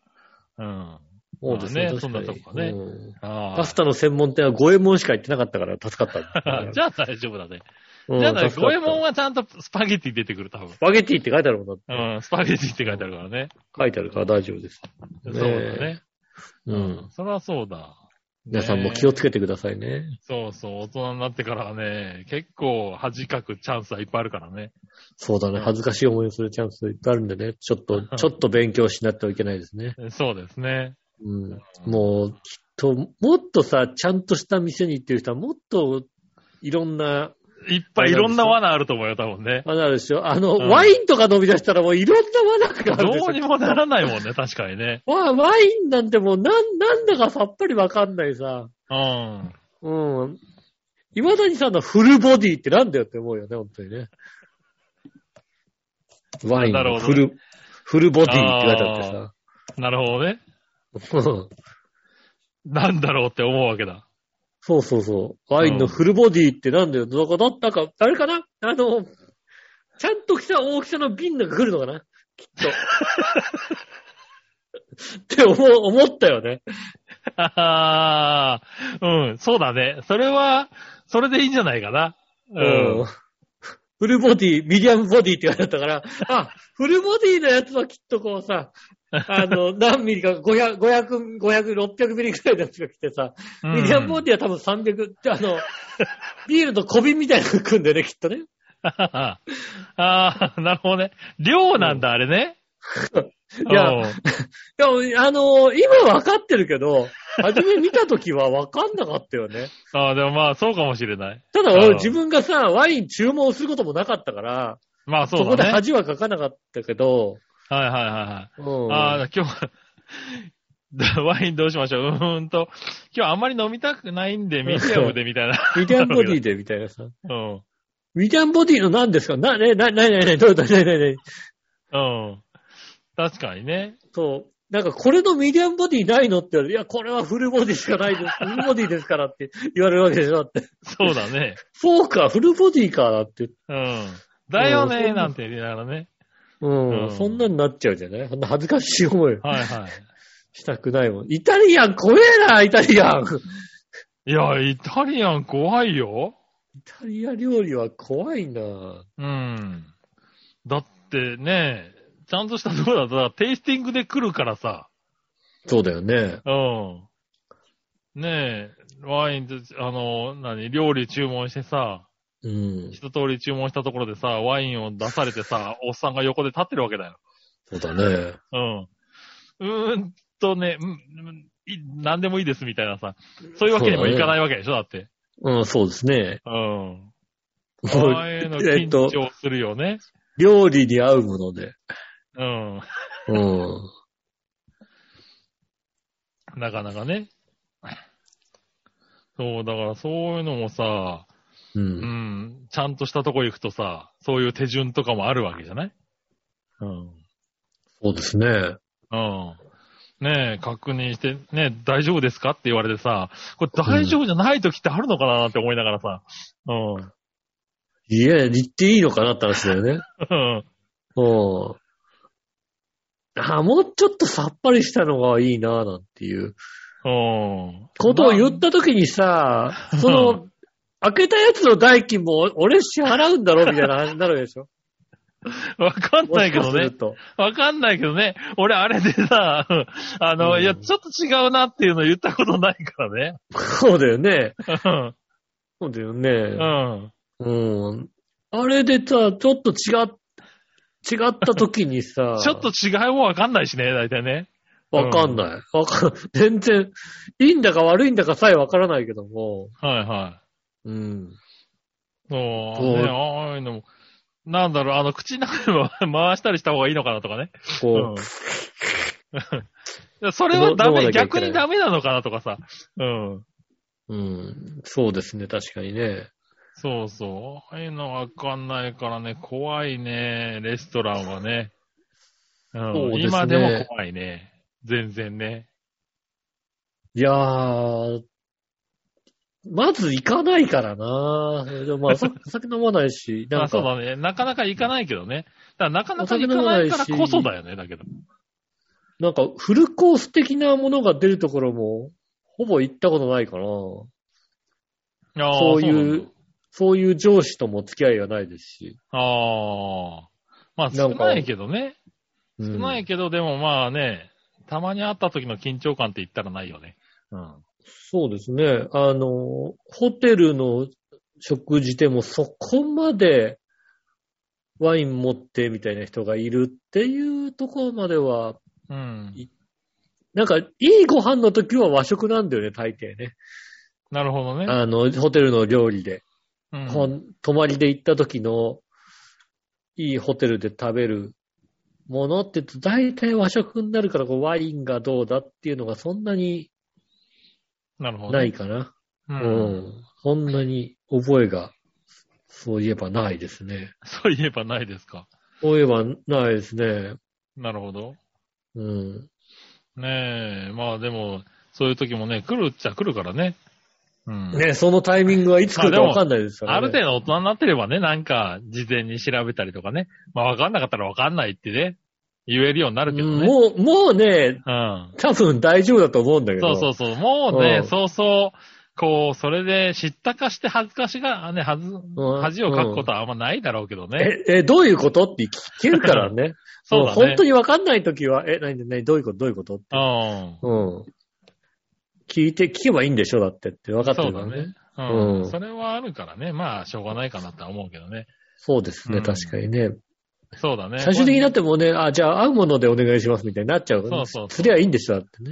うん。そうですね。ま確あねかにそんなとこねうんあパスタの専門店は五右衛門しか行ってなかったから助かったあ。。 じゃあ大丈夫だね。うんじゃあだ、助か五っ右衛た門はちゃんとスパゲティ出てくる、多分ス。パゲティって書いてあるもんだってうん、スパゲティって書いてあるからね。書いてあるから大丈夫です。そねうだね。うん。。それはそうだ。皆さんも気をつけてくださいね。そうそう、大人になってからはね、結構恥かくチャンスはいっぱいあるからね。そうだね。恥ずかしい思いをするチャンスいっぱいあるんでね。ちょっと、ちょっと勉強しなってはいけないですね。そうですね。うん。もう、きっと、もっとさ、ちゃんとした店に行ってる人は、もっと、いろんな、いっぱいいろんな罠あると思うよ、多分ね。あれあるでしょあの、うんワインとか飲み出したらもういろんな罠があどるでしょうにもならないもんね、確かにね。わワインなんてもうなん、なんだかさっぱりわかんないさ。うん。うん。今谷さんのフルボディってなんだよって思うよね、本当にね。ワインなるのほフどねル、フルボディって書いてあってさ。なるほどね。うんなんだろうって思うわけだ。 そうそうそう。ワインのフルボディってなんだよ。どこだったか、あれかなあの、ちゃんと来た大きさの瓶が来るのかなきっ と。って思う、思ったよね。ああ、うん、そうだね。それは、それでいいんじゃないかな。うん。フルボディ、ミディアムボディって言われたから、あ、フルボディのやつはきっとこうさ、あの、何ミリか、500、500、500 600ミリくらいのやつが来てさ、ミディアムボディは多分300、あの、ビールと小瓶みたいなのが来るんだよね、きっとね。 ああー、なるほどね。量なんだ、あれね。いやういん、や、あのー今わかってるけ ど、初め見た時はわかんなかったよね。ああ、でもまあ、そうかもしれない。ただう俺ん自分がさ、ワイン注文することもなかったから、まあ、そそ,、こうでだね。恥はかかなかったけど、はいはいはいはい。うん。ああ、今日はだ、 ワインどうしましょう。うーんと、今日あんまり飲みたくないんで、ミディアムでみたいな。ミディアンボディで、みたいなさ。うん。ミディアンボディの何ですかな、ね、な、な、な、な、どうだ、な、な、な、うん。確かにね。そう。なんか、これのミディアンボディないのって言われていや、これはフルボディしかないです。フルボディですからって 言われるわけでしょだって。そうだね。そうか、フルボディか、だって。うん。だようね、んなんて言いながらね。うん。うんそんなになっちゃうじゃないそんな恥ずかしい思いをはいはい。したくないもん。イタリアン怖えな、イタリアン。いや、イタリアン怖いよ。イタリア料理は怖いな。うん。だってね、ちゃんとしたところだとさ、テイスティングで来るからさ。そうだよね。うん。ねえ、ワインと、あの、何、料理注文してさ、うん。一通り注文したところでさ、ワインを出されてさ、おっさんが横で立ってるわけだよ。そうだね。うん。うーんとね、うんうん、い何でもいいですみたいなさ、そういうわけにもいかないわけでしょ、だって。うん、そうですね。うん。もう前のえ緊っと、張するよね。料理に合うもので。うん。うん。なかなかね。そう、だからそういうのもさ、う。うんん、ちゃんとしたとこ行くとさ、そういう手順とかもあるわけじゃないうん。そうですね。うん。ねえ、確認して、ねえ、大丈夫ですかって言われてさ、これ大丈夫じゃない時ってあるのかなって思いながらさ、うん。いや、言っていいのかなって話だよね。うん。うん。あ、もうちょっとさっぱりしたのがいいな、なんていううん。ことを言った時にさ、その、開けたやつの代金も俺支払うんだろみたいな話になるでしょわかんないけどもしかすねる。とわかんないけどね。俺、あれでさ、うんあの、うんいや、ちょっと違うなっていうの言ったことないから ね。そうだよね。うんそうだようね。ん。、うん。あれでさ、ちょっと違っ、違った時にさ ちょっと違いもわかんないしね、大体ね。わかんない。わかん、全然、いいんだか悪いんだかさえわからないけども、はいはうん。い。そう、そうね、ああいうのも。なんだろう、あの、口の中でも 回したりした方がいいのかなとかね。こう、うん。それはダ飲まメ、なきゃいけ逆ないにダメなのかなとかさ。うん。うん、そうですね、確かにね。そうそう。ああいうのわかんないからね、怖いね、レストランはね。うんそうですね今でも怖いね。全然ね。いやー、まず行かないからなそれでまあ、 さ酒飲まないし、まなあんそうか、だね。なかなか行かないけどね。だからなかなか行かないからこそだよね、だけど。なんか、フルコース的なものが出るところも、ほぼ行ったことないから、ああそういうなんだそういう上司とも付き合いがないですし。ああ。まあな少んかないけどね。う少んないけど、でもまあね、たまに会った時の緊張感って言ったらないよね。うん。そうですね。あの、ホテルの食事でもそこまでワイン持ってみたいな人がいるっていうところまでは、うん。なんかいいご飯の時は和食なんだよね、大抵ね。なるほどね。あの、ホテルの料理で。うんほん泊まりで行った時のいいホテルで食べるものって言うと大体和食になるからこうワインがどうだっていうのがそんなになるほどね。ないかな。う。うんん。そんなに覚えが、そういえばないですね。そういえばないですか。そういえばないですね。なるほど。うん。ねえ、まあでも、そういう時もね、来るっちゃ来るからね。うん。ね、そのタイミングはいつ来るかわかんないですから、あね。る程度大人になってればね、なんか、事前に調べたりとかね。まあ、わかんなかったらわかんないってね、言えるようになるけどね。もう、もうね、うん。多分大丈夫だと思うんだけそど。うそううそう。もうね、うんそうそう、こう、それで知ったかして恥ずかしが、ね、恥ず、ん恥をかくことはあんまないだろうけどね。え、え、どういうことって聞けるからね。 そうだも本ね当。にわかんないときは、え、何、何、どういうこと、どういうことうん。うん。聞いて、聞けばいいんでしょだってって分かってそうるかだらねね。。ううん。んそれはあるからね。まあ、しょうがないかなとは思うけどね。そうですね、うん確かにね。そうだね。最終的になってもうね、あ、じゃあ合うものでお願いしますみたいになっちゃうからねそうそうそうすりゃいいんでしょだってね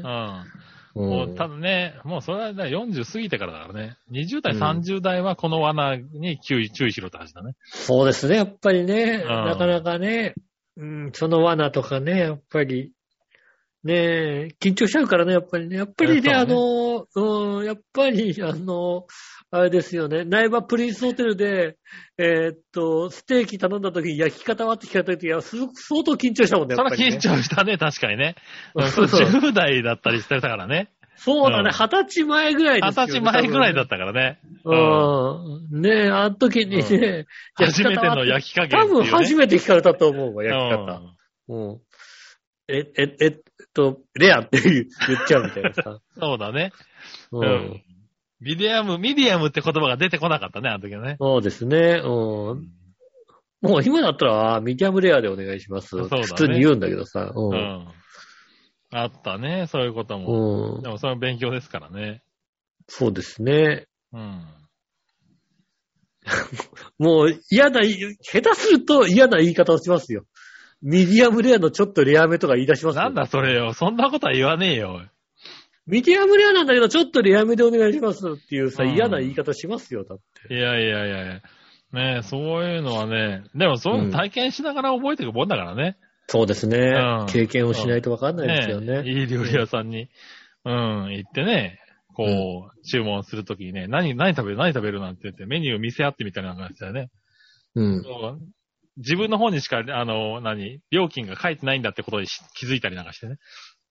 う。ん。うもう、んただね、もうそれはね40過ぎてからだからね。20代、うん30代はこの罠に注意注意しろって話だね。そうですね、やっぱりね、うんなかなかね、うん、その罠とかね、やっぱり、ねえ、緊張しちゃうからね、やっぱりね。やっぱりね、えあそうねの、うん、やっぱり、あの、あれですよね、苗場プリンスホテルで、えーっと、ステーキ頼んだ時に焼き方はって聞かれた時は、すごく相当緊張したもんね、そやっれぱはり、ね。緊張したね、確かにね。うんそそううそう10代だったりしてたからね。 そうだね、うん二十歳前ぐらいですよね。20歳前ぐらいだっったからね。た。うん。ねえ、あの時にね、うん初めての焼焼き加き減方っはて多分初いうね。めて聞かれたと思うわ、う焼き方。んうん。え、え、えっと、レアって言う言っちゃうみたいな さ。そうだね。ううんん。。ミディアム、ミディアムって言葉が出てこなかったね、あの時はね。そうですね。うん。もう今だったら、あーミディアムレアでお願いします。そうだね普通に言うんだけどさ。う。うんん。あったね、そういうことも。うんで。もそれは勉強ですからね。そうですね。うん。もう嫌な、下手すると嫌な言い方をしますよ。ミディアムレアのちょっとレアめとか言い出しますよなんだそれよ。そんなことは言わねえよ。ミディアムレアなんだけど、ちょっとレアめでお願いしますっていうさ、うん嫌な言い方しますよ、だって。いやいやいやいや。ねえ、そういうのはね、でもそういうの体験しながら覚えていくもんだからね。そうですね。うん経験をしないとわかんないですよね。ねえいい料理屋さんに、うん、行ってね、こう、注文するときにね、何、何食べる、何食べるなんて言って、メニュー見せ合ってみたいな感じだよね。うん。そう自分の方にしか、あの、何、料金が書いてないんだってことにし気づいたりなんかしてね。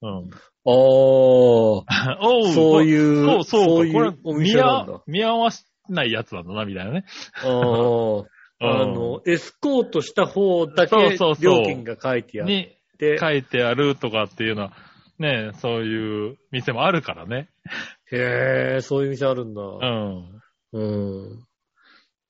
うん。あー。おうそういう、そう、そうそうこいうれお見店なんだ合。見合わせないやつなんだな、みたいなね。あーうんあの、エスコートした方だけそうそうそう料金が書いてあっに、て、書いてあるとかっていうのは、ね、そういう店もあるからね。へー、そういう店あるんだ。うん。うん。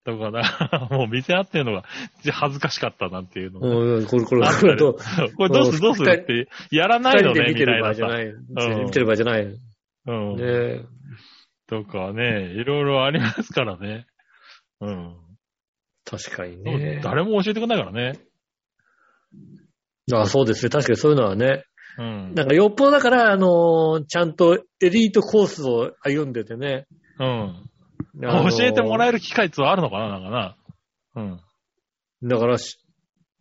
とかな、もう店あってるのが恥ずかしかったなんていうの。うん、これ、これ、あったこれりと、 これどうすうんるどうするって、やらない二人のでね、見みてたるい場合なじゃさ。ない。うん見てる場合じゃない。ねうん。えとかね、いろいろありますからね。うん。確かにね。誰も教えてくれないからね。あそうですね。確かにそういうのはね。うん。なんか、よっぽどだから、あのーちゃんとエリートコースを歩んでてね。うん。あのー教えてもらえる機会ってあるのかな、なんかな。うん。だからし、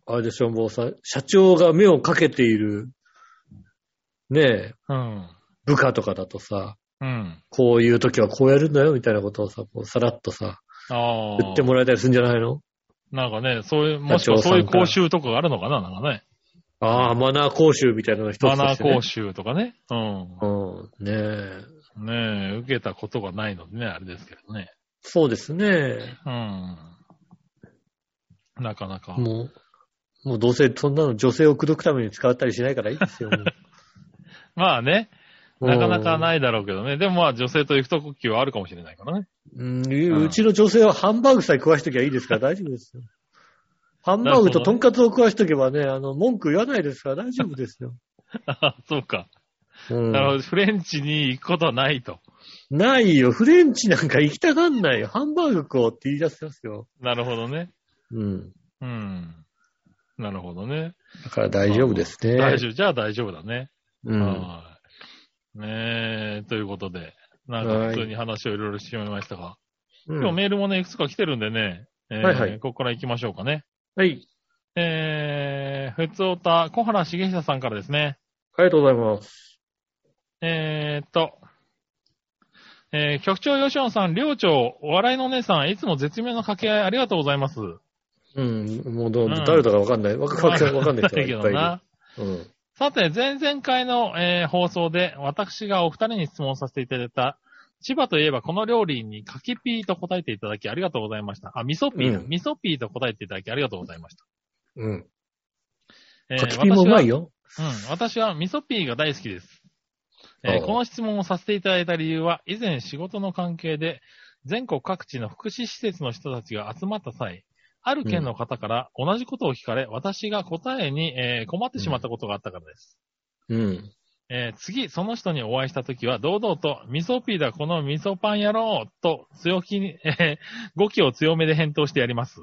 あれでしょ、もうさ、社長が目をかけている、ねえ、うん。部下とかだとさ、うん。こういう時はこうやるんだよ、みたいなことをさ、こうさらっとさ、あ言ってあ。もらえたりするんじゃないのなんかね、そういう、もしくは社長さんそういうから講習とかがあるのかな、なんかね。ああ、マナー講習みたいなのが一つとマして、ね。ナー講習とかね。うん。うん、ねえ。ねえ、受けたことがないのでね、あれですけどね。そうですね。うん。なかなか。もう、もうどうせそんなの女性を口説くために使ったりしないからいい ですよ。まあね、なかなかい。ないだろうけどね。でもまあ女性と行くときはあるかもしれないからね。 うん、うちの女性はハンバーグさえ食わしときゃいいですから大丈夫です よ。ハンバーグととんかつを食わしとけばね、あの、文句言わないですから大丈夫ですよ。あそうか。うんなるほど。フレンチに行くことはないと。ないよ。フレンチなんか行きたがんないよ。ハンバーグ食おうって言い出せますよ。なるほどね。うん。うん。なるほどね。だから大丈夫ですね。大丈夫。じゃあ大丈夫だね。夫。うん。はい。ねえ、ということで。なんか普通に話をいろいろしてみましたが。今日メールもね、いくつか来てるんでね。えーはいはいここから行きましょうかね。はい。えー、ふつおた、小原茂久さんからですね。ありがとうございます。えーっと、えー局長吉野さん、寮長、お笑いのお姉さん、いつも絶妙な掛け合いありがとうございます。うん。もうど、うん誰だかわかんない。わかわかわかんないだ人がいけっどぱいいる。な。うん。さて、前々回の、えー放送で、私がお二人に質問させていただいた、千葉といえばこの料理に柿ピーと答えていただきありがとうございました。あ、味噌ピーだ。うん味噌ピーと答えていただきありがとうございました。うん。えーカキピーもうまいよ。うん、私は味噌ピーが大好きです。えーおうこの質問をさせていただいた理由は、以前仕事の関係で、全国各地の福祉施設の人たちが集まった際、ある県の方から同じことを聞かれ、私が答えに、えー困ってしまったことがあったからです。うん。えー次、その人にお会いしたときは、堂々と、味噌ピーだ、この味噌パンやろうと、強気に、えー語気を強めで返答してやります。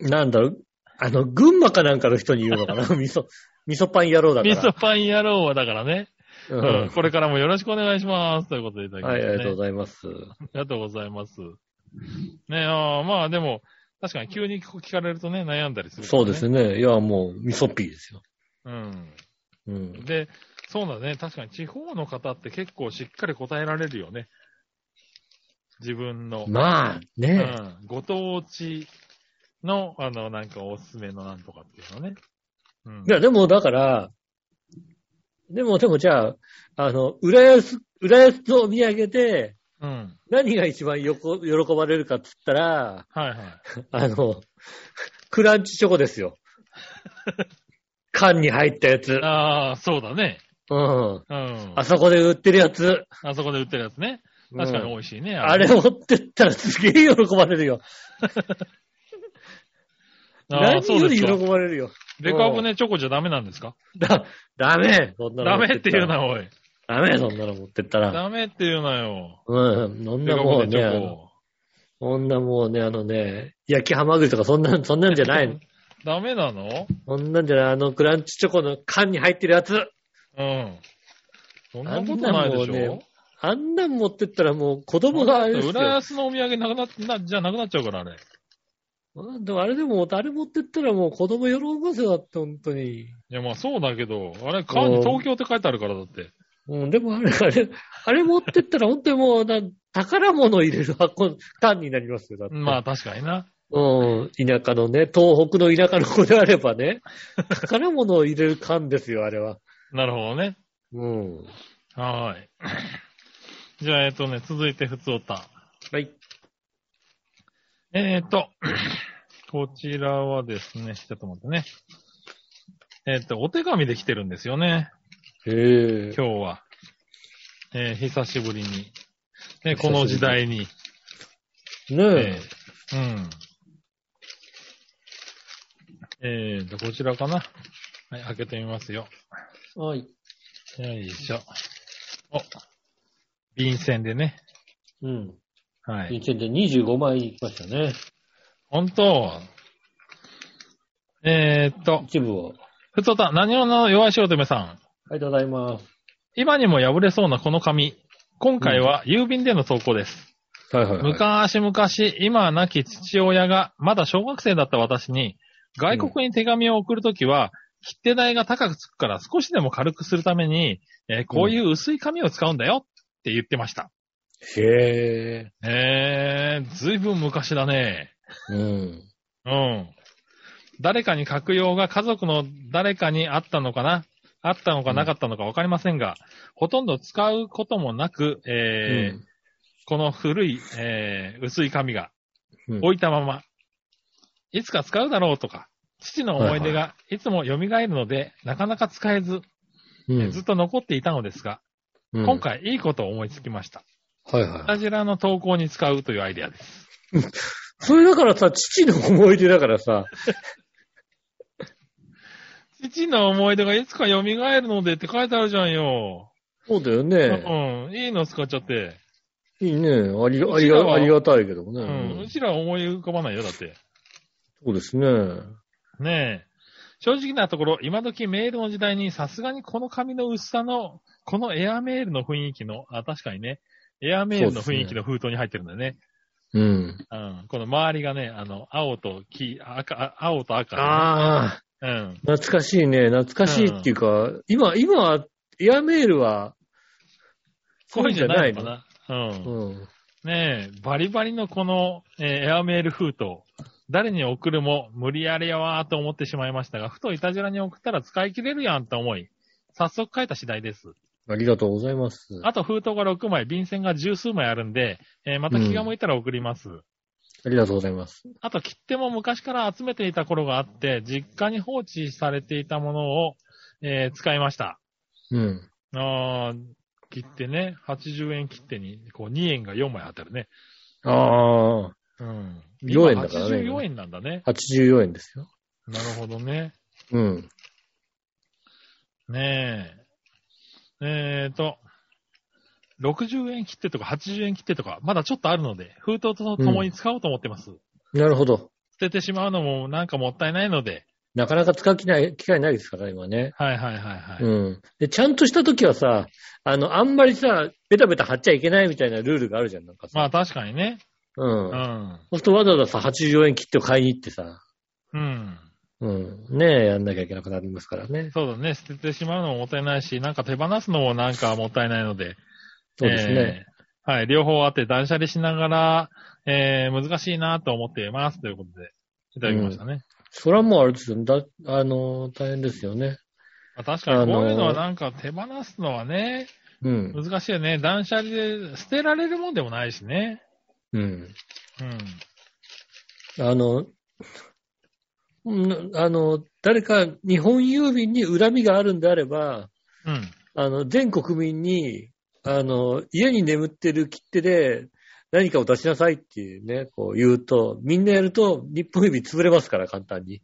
なんだろう、あの、群馬かなんかの人に言うのか な味噌、味噌パン野郎だか味ら。噌パンやろうはだからね、ううんん。これからもよろしくお願いします。ということでいただきまはしい、た、あね。りがとうございます。ありがとうございます。ねあーまあでも、確かに急に聞かれるとね、悩んだりする、そうですね。ね。いや、もう、味噌ピーですよ。うん。うん。で、そうだね。確かに地方の方って結構しっかり答えられるよね。自分の、まあ、うね、ん、ご当地の、あの、なんかおすすめのなんとかっていうのね。うんい。や、でも、だから、でも、でも、じゃあ、あの、浦安、浦安のお土産で、うん。何が一番よこ喜ばれるかっつったら、はいはい。あの、クランチチョコですよ。缶に入ったやつ。ああ、そうだね。うん。うん。あそこで売ってるやつ。あそこで売ってるやつね。確かにうん美味しいね。あれ持ってったらすげえ喜ばれるよ。ああ何そうよでりす喜か。ばれるよ。デカブね、チョコじゃダメなんですかだ、ダメそんなのダ持メってた言うら。な、おい。ダメそんなの持ってったら。ダメって言うなよ。うん。そんデなカもうブね、チね、あョのコ。そんなもうね、あのね、焼きハマグリとかそんなん、そんなんじゃ ない。ダメなのそんなんじゃない。あのクランチチョコの缶に入ってるやつ。うん。そんなことないであんなもしょんねあんなん持ってったらもう子供があれですよ。浦安のお土産なくなっな、じゃなくなっちゃうから、あれ。いうんでもあれでも、あれ持ってったらもう子供喜ばせよだって、本当に。や、まあそうだけど、あれ、缶に東京って書いてあるから、だって。うん、でもあれ、あれ、あれ持ってったら本当にもうな、宝物入れる箱、缶になりますよ、だって。まあ確かにな。うん、田舎のね、東北の田舎の子であればね、宝物を入れる缶ですよ、あれは。なるほどね。うん。はーい。 じゃあ、えっとね、続いて、ふつおた。はい。えー、っと、 こちらはですね、ちょっと待ってね。えーっと、お手紙で来てるんですよね。へえ。今日は、えー久しぶりに、ね、久しぶりにこの時代に、ねえーうん。えーと、こちらかな。はい、開けてみますよ。え。はい。よいしょ。お、便箋でね。うん。はい。 1で25枚いきましたね。本当えー、っと、一部を。ふとた、何をの弱いしおとめさん。ありがとうございます。今にも破れそうなこの紙。今回は郵便での投稿です。はいはい、はい。昔々、今は亡き父親が、まだ小学生だった私に、外国に手紙を送るときは、切手代が高くつくから少しでも軽くするために、えーこういう薄い紙を使うんだよって言ってました。へえ。えー、ずいぶん昔だね。うん。うん。誰かに書く用が家族の誰かにあったのかなあったのかなかったのかわかりませんが、ほとんど使うこともなく、えーうんこの古い、えー薄い紙がうん置いたまま、いつか使うだろうとか、父の思い出がいつも蘇るので、なかなか使えず、うんずっと残っていたのですが、うん今回いいことを思いつきました。はいはいス。タジラの投稿に使うというアイデアです。それだからさ、父の思い出だからさ、父の思い出がいつか蘇るのでって書いてあるじゃんよ。そうだよね。うん、いいの使っちゃって。いいね。ありが、あうちりらはが、ありがたいけどもね。うん、うちらは思い浮かばないよ、だって。そうですね。ねえ。正直なところ、今時メールの時代にさすがにこの紙の薄さの、このエアメールの雰囲気の、あ、確かにね、エアメールの雰囲気の封筒に入ってるんだよね。うん。うん。この周りがね、あの、青と黄、赤、あ青と赤、ああ、うん。懐かしいね。懐かしいっていうか、今、今、エアメールは、こういうんじゃないのそうかな。じゃうん。ないのうん。ねえ、バリバリのこの、えーエアメール封筒。誰に送るも無理やりやわーと思ってしまいましたが、ふといたじらに送ったら使い切れるやんと思い、早速書いた次第です。ありがとうございます。ああと封筒が6枚、便箋が十数枚あるんで、えーまた気が向いたら送ります。りがとうございます。あと切手も昔から集めていた頃があって、実家に放置されていたものを、えー使いました。うん。あー切手ね、80円切手に、こう2円が4枚当たるね。ああ、うん。 4円だからね今84円なんだね。 84円ですよ。なるほどね。うん。ねえ。えーと、60円切手とか80円切手とか、まだちょっとあるので、封筒と共に使おうと思ってます。なるほど。捨ててしまうのもなんかもったいないので、なかなか使う機会機会ないですから、今ね。はいはいはいはい。うん。で、ちゃんとした時はさ、あの、あんまりさ、ベタベタ貼っちゃいけないみたいなルールがあるじゃん、なんかさ。まあ確かにね。うん。うほ、ん。んとわざわざさ、84円切って買いに行ってさ、うん。うん。ねえ、やんなきゃいけなくなりますからね。そうだね。捨ててしまうのももったいないし、なんか手放すのもなんかもったいないので。そうですね。えーはい。両方あって断捨離しながら、えー、難しいなと思っています。ということで、いただきましたね。それはもうあれですよね。だ、あの、大変ですよね。まあ、確かにこういうのあのはーなんか手放すのはね、うん。難しいよね。断捨離で捨てられるもんでもないしね。うん。うん。あの、うんあの、誰か日本郵便に恨みがあるんであれば、うん。あの、全国民に、あの、家に眠ってる切手で何かを出しなさいっていうね、こう言うと、みんなやると日本郵便潰れますから、簡単に。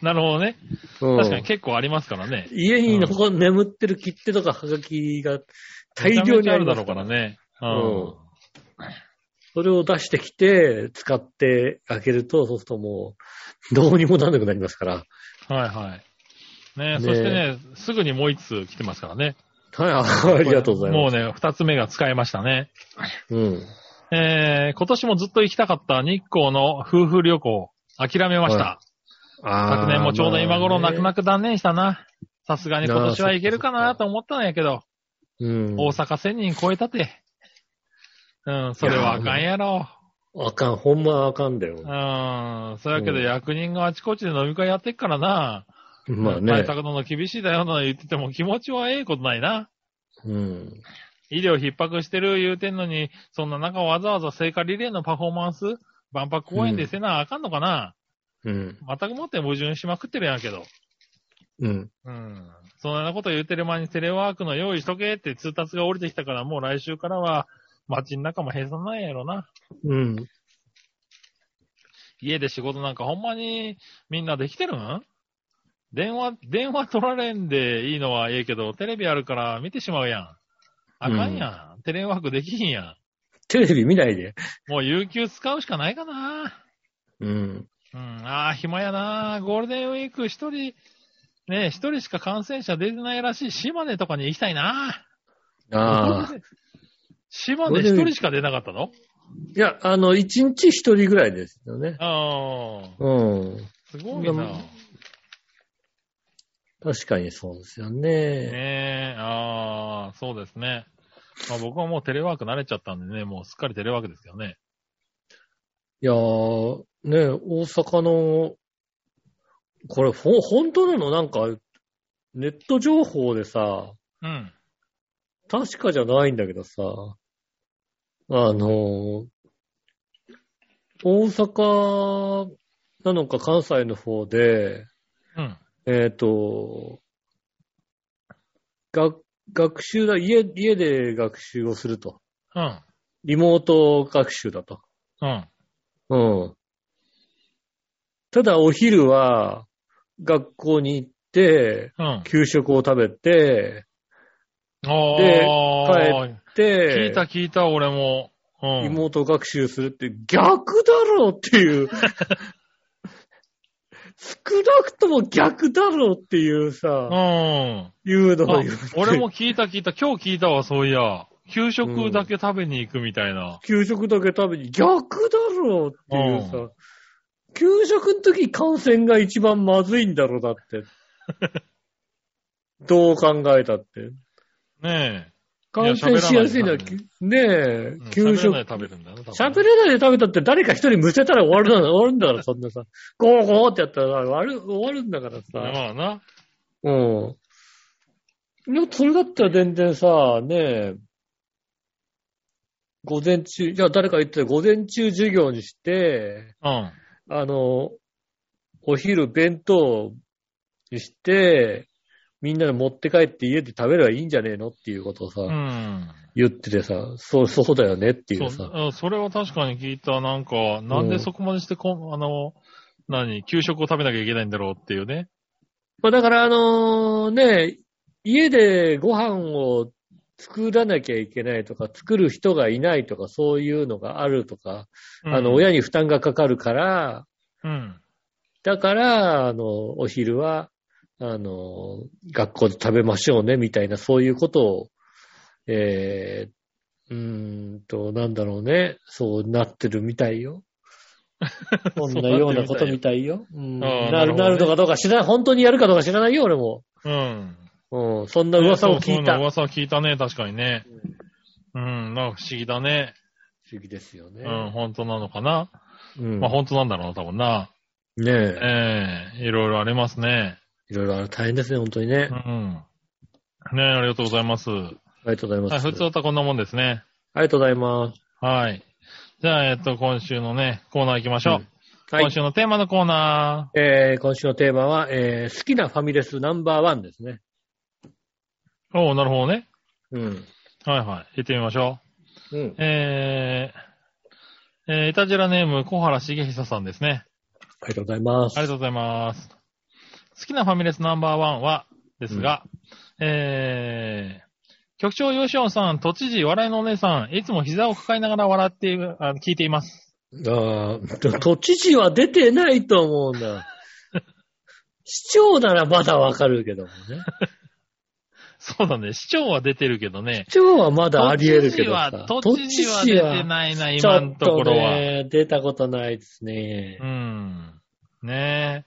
なるほどね。うん確かに結構ありますからね。家に残眠ってる切手とかハガキが大量めちにゃめちゃあありるだまろすうから。ね。ううんそれを出してきて、使って開けると、そうするともう、どうにもなんなくなりますから。ん。はいはい。ねねそしてね、すぐにもう一通来てますからね。はい、ありがとうございます。もうね、二つ目が使えましたね。うん。えー、今年もずっと行きたかった日光の夫婦旅行、諦めました。昨昨年もちょうど今頃泣くく。泣く断念したな。さすがに今年は行けるかあーそなっかと思ったんやけど、うん。大阪千人超えたて。うん、それはあかんやろ。あかん、ほんまあかんだよ。うん、そうやけどうん役人があちこちで飲み会やってっからな。まあ対ね。策の厳しいだよな言ってても気持ちはええことないな。うん。医療逼迫してる言うてんのに、そんな中わざわざ聖火リレーのパフォーマンス、万博公演でせなあかんのかな、うん。全くもって矛盾しまくってるやんけど。うん。うん。そんなこと言ってる間にテレワークの用意しとけって通達が降りてきたから、もう来週からは街の中も閉鎖なんやろな。うん。家で仕事なんかほんまにみんなできてるん電話、電話取られんでいいのはええけど、テレビあるから見てしまうやん。あかんやん。テレワークできひんやん。テレビ見ないで。もう有給使うしかないかな。うん。うん、ああ、暇やな。ゴールデンウィーク一人、ね一人しか感染者出てないらしい島根とかに行きたいな。ああ。島根一人しか出なかったのいや、あの、一日一人ぐらいですよね。ああ、うん。すごいな。ね確かにそうですよね。え、ああ、そうですね。まあ、僕はもうテレワーク慣れちゃったんでね、もうすっかりテレワークですけどね。いやー、ね大阪の、これ、ほ、本当なのなんか、ネット情報でさ、うん。確かじゃないんだけどさ、あの、大阪なのか関西の方で、うん。えっ、と、学、学習だ、家、家で学習をすると。うん。リモート学習だと。うん。うん。ただお昼は学校に行って、うん。給食を食べて、ああ、聞で、いた聞いた、俺も。うん。妹学習するって逆だろうって いう。少なくとも逆だろうっていううさ、ん。いうのをあ言う。俺も聞いた聞いた。今日聞いたわ、そういや。給食だけ食べに行くみたいな。給食だけ食べに逆だろうっていううさ、給食の時感染が一番まずいんだろうだ って。どう考えたって。ね感染しやすいのは、喋らないきねええ。うん、給喋食らないで食べるんだよね。多分ね喋れないで食べたって誰か一人むせたら終わるだろ、終わるんだから、そんなさ。ゴーゴーってやったら終わる、終わるんだからさ。まあな。うん。いや、それだったら全然さ、ねえ、午前中、じゃあ誰か言ってた午前中授業にして、うん。あの、お昼弁当にして、みんなで持って帰って家で食べればいいんじゃねえのっていうことをさ、うん。言っててさ、そう、そうだよねっていうそうさ。うんそれは確かに聞いた。なんか、なんでそこまでしてこん、あの、何、給食を食べなきゃいけないんだろうっていうね。まあだからあのね、家でご飯を作らなきゃいけないとか、作る人がいないとか、そういうのがあるとか、うんあの、親に負担がかかるから、うん。だから、あの、お昼は、あの、学校で食べましょうね、みたいな、そういうことを、えー、うーんと、なんだろうね、そうなってるみたい よ。そんなようなことみたいよ。うんあーなる、ななるほどねるのかどうか知らない、本当にやるかどうか知らないよ、俺も。うん。うん、そんな噂を聞いそうそうた。う噂を聞いたね、確かにね。うん、なんか不思議だね。不思議ですよね。うん、本当なのかな。うんまあ本当なんだろうな、多分な。ねえ、ええいろいろありますね。いろいろあれ大変ですね、本当にねう。ん。ねありがとうございます。はありがとうございまい、す。普通だったらこんなもんですね。ありがとうございます。はい。じゃあ、えっと、今週のね、コーナー行きましょう。うんはい今週のテーマのコーナえー今週のテーマは、えー好きなファミレスナンバーワンですね。ー。おおなるほどね。うん。はいはい。行ってみましょうんう。。えー、えー、イタジラネーム、小原茂久さんですね。ありがとうございます。ありがとうございます。好きなファミレスナンバーワンは、ですが、えー、局長ヨシオンさん、都知事、笑いのお姉さん、いつも膝を抱えながら笑っている、あ聞いています。あーと都知事は出てないと思うん だ。市長ならまだわかるけどもね。そうだね、市長は出てるけどね。市長はまだあり得るけどさ。都知事は、都知事は出てないな、都知事は今のところちは。ょっとね、出たことないですねう。ん。ねえ。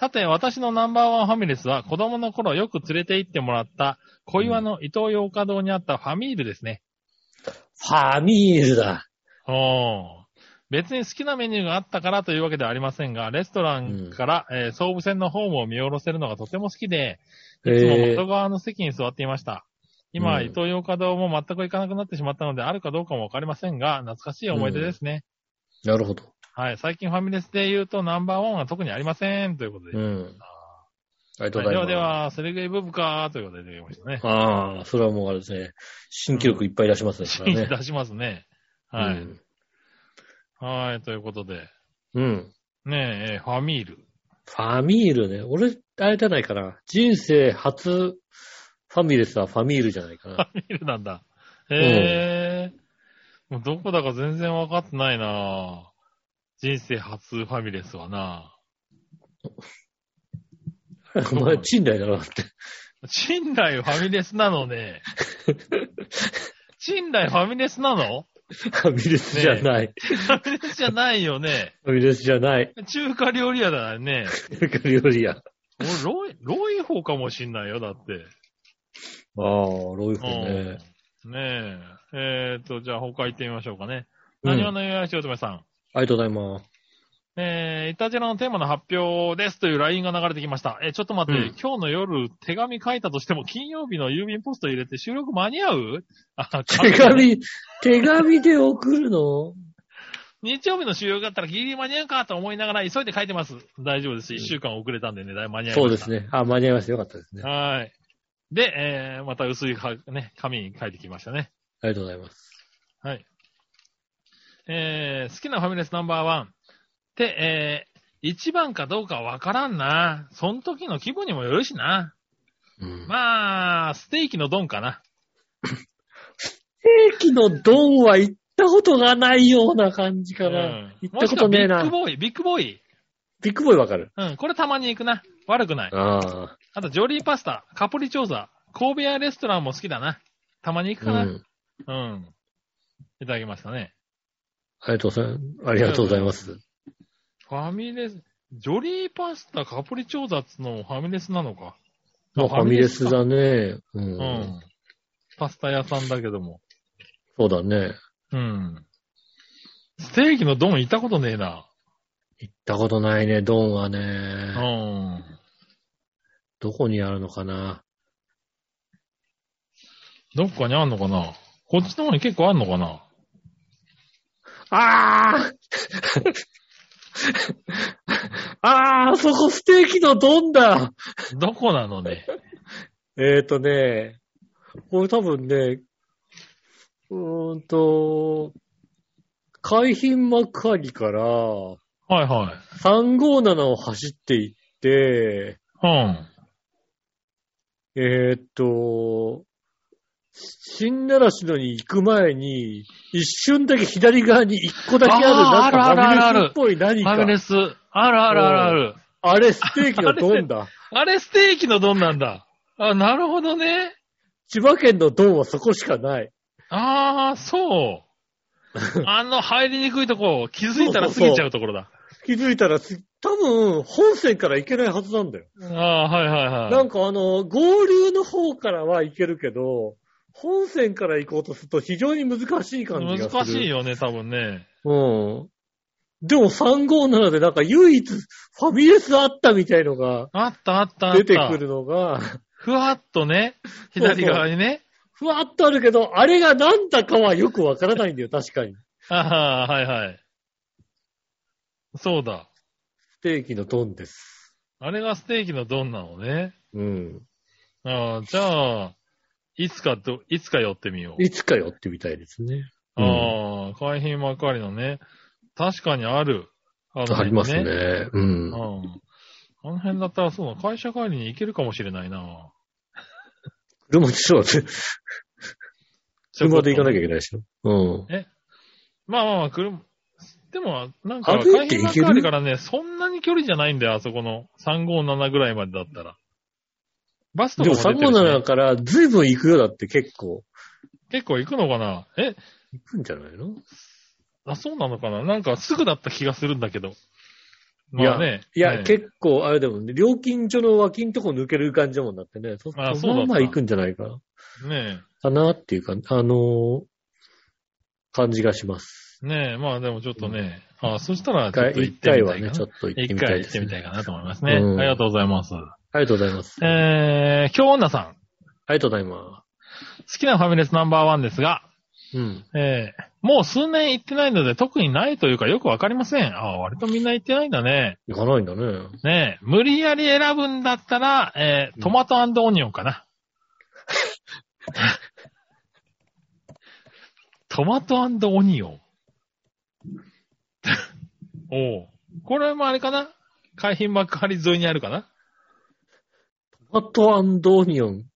さて、私のナンバーワンファミレスは、子供の頃よく連れて行ってもらった、小岩の伊東洋華堂にあったファミールですね。ファミールだ。おー別に好きなメニューがあったからというわけではありませんが、レストランから、えー総武線のホームを見下ろせるのがとても好きで、いつもえ元側の席に座っていました。今はうん伊東洋華堂も全く行かなくなってしまったので、あるかどうかもわかりませんが、懐かしい思い出ですね。ー、なるほど。はい。最近ファミレスで言うとナンバーワンは特にありません。ということで。うん。ありがとうはいございでまはす。では、セレグイブブカーということで出てきましたね。ああ、それはもうあれですね。新記録いっぱい出しますね。それはね出しますね。はうい。んはい、ということで。うん。ねええー、ファミール。ファミールね。俺、あれじゃないかな。人生初ファミレスはファミールじゃないか な。ファミールなんだ。へえもうどこだか全然わかってないな人生初ファミレスはなお前、賃貸だろだって。賃貸ファミレスな のね。賃貸ファミレスなのファミレスじゃない。ファミレスじゃないよね。ファミレスじゃない。中華料理屋だよね。中華料理屋。あ俺、ロイ、ロイホかもしんないよ、だって。あ、ロイフうね。んねえ。えー、と、じゃあ他行ってみましょうかね。うん何話のよやしおとめさん。ありがとうございます。えー、イタジェラのテーマの発表ですという LINE が流れてきました。えーちょっと待って、うん今日の夜手紙書いたとしても金曜日の郵便ポスト入れて収録間に合うあ、手紙、手紙で送るの日曜日の収録だったらギリギリ間に合うかと思いながら急いで書いてます。大丈夫です。一週間遅れたんでね、だいぶ間に合いました。そうですね。あ間に合いました。よかったですね。あはい。で、えー、また薄いは、ね、紙に書いてきましたね。りがとうございます。はい。えー、好きなファミレスナンバーワン。で、えー、1番かどうかわからんな。その時の規模にもよるしな。うん。まあ、ステーキの丼かな。ケーキの丼は行ったことがないような感じかな。うん行ったことねえもしなく。はビッグボーイ、ビッグボーイ。ビッグボーイわかるうん、これたまに行くな。悪くない。ああ。あと、ジョリーパスタ、カプリチョーザ、神戸屋レストランも好きだな。たまに行くうかな。ん。うん。いただきましたね。ありがとうございます。ありがとうございます。ファミレス、ジョリーパスタ、カプリチョーザっつのもファミレスなのか。まあファミレスかだね。う。うんん。パスタ屋さんだけども。そうだね。うん。ステーキの丼行ったことねえな。行ったことないね、ドンはうね。ん。どこにあるのかな。どっかにあんのかなこっちの方に結構あんのかなああ ああ、そこステーキの丼だどこな のね。えーとね、これ多分ね、うーんと、海浜幕張からはいは357を走っていって、い。うん。えーっと、新習志野に行く前に、一瞬だけ左側に一個だけある、あなーんかあるあるあファミるレスっぽい何マグネか。ス。あるあるあるある。あれ、ステーキの丼だ。あれステーキの丼なんだ。あ、なるほどね。千葉県の丼はそこしかない。ああ、そう。 あの入りにくいとこ、気づいたら過ぎちゃうところだ。気づいたらす、多分、本線から行けないはずなんだよ。ああ、はいはいなはんい。かあの、合流の方からは行けるけど、本線から行こうとすると非常に難しい感じがする。難しいよね、多分ね。うん。でも357でなんか唯一ファミレスあったみたいのがあったあったあった。出てくるのが、ふわっとね、左側にね。 ふわっとあるけど、あれがなんだかはよくわからないんだよ、確かに。ああ、はいはい。そうだ。ステーキの丼です。あれがステーキの丼なのね。うん。ああ、じゃあ、いつかと、いつか寄ってみよう。いつかよってみたいですね。ああ、海浜幕張のね。確かにある。あのありますね。ねうんうん。。あの辺だったらそうだ。会社帰りに行けるかもしれないな。車でしょ、車で行かなきゃいけないでしょ。うん。まあまあまあ、車、でも、なんか、歩い海て行浜け幕る張からね、そんなに距離じゃないんだよ、あそこの。357ぐらいまでだったら。バスとでかもも出てるしね、 357から随分行くようだって結構結構行くのかなえ、行くんじゃないのあ、そうなのかななんかすぐだった気がするんだけど。まあね。いや、ね結構、あれでもね、料金所の脇んとこ抜ける感じだもんだってね。そあそそうだまっあたまあ行くんじゃないかな。ねかなっていうか、あのー感じがします。え、ねえ、まあでもちょっとね、あ、そしたら一ちょっ回と行っ一てみ回たいかはな。ね、ちょっと行って一みた回いで行ってす、みね。たいかなと思いますね。うんありがとうございます。ありがとうございます。あえー、京女さん。りがとうございま好きなファミレスナンバーワンですが、す。うん。えー、もう数年行ってないので特にないというかよくわかりません。あー割とみんな行ってないんだね。行かないんだね。ねえ、無理やり選ぶんだったら、えー、トマトオニオンか な。トマトオニ オン。おうこれもあれかな海浜幕張沿いにあるかなトマトオニオン。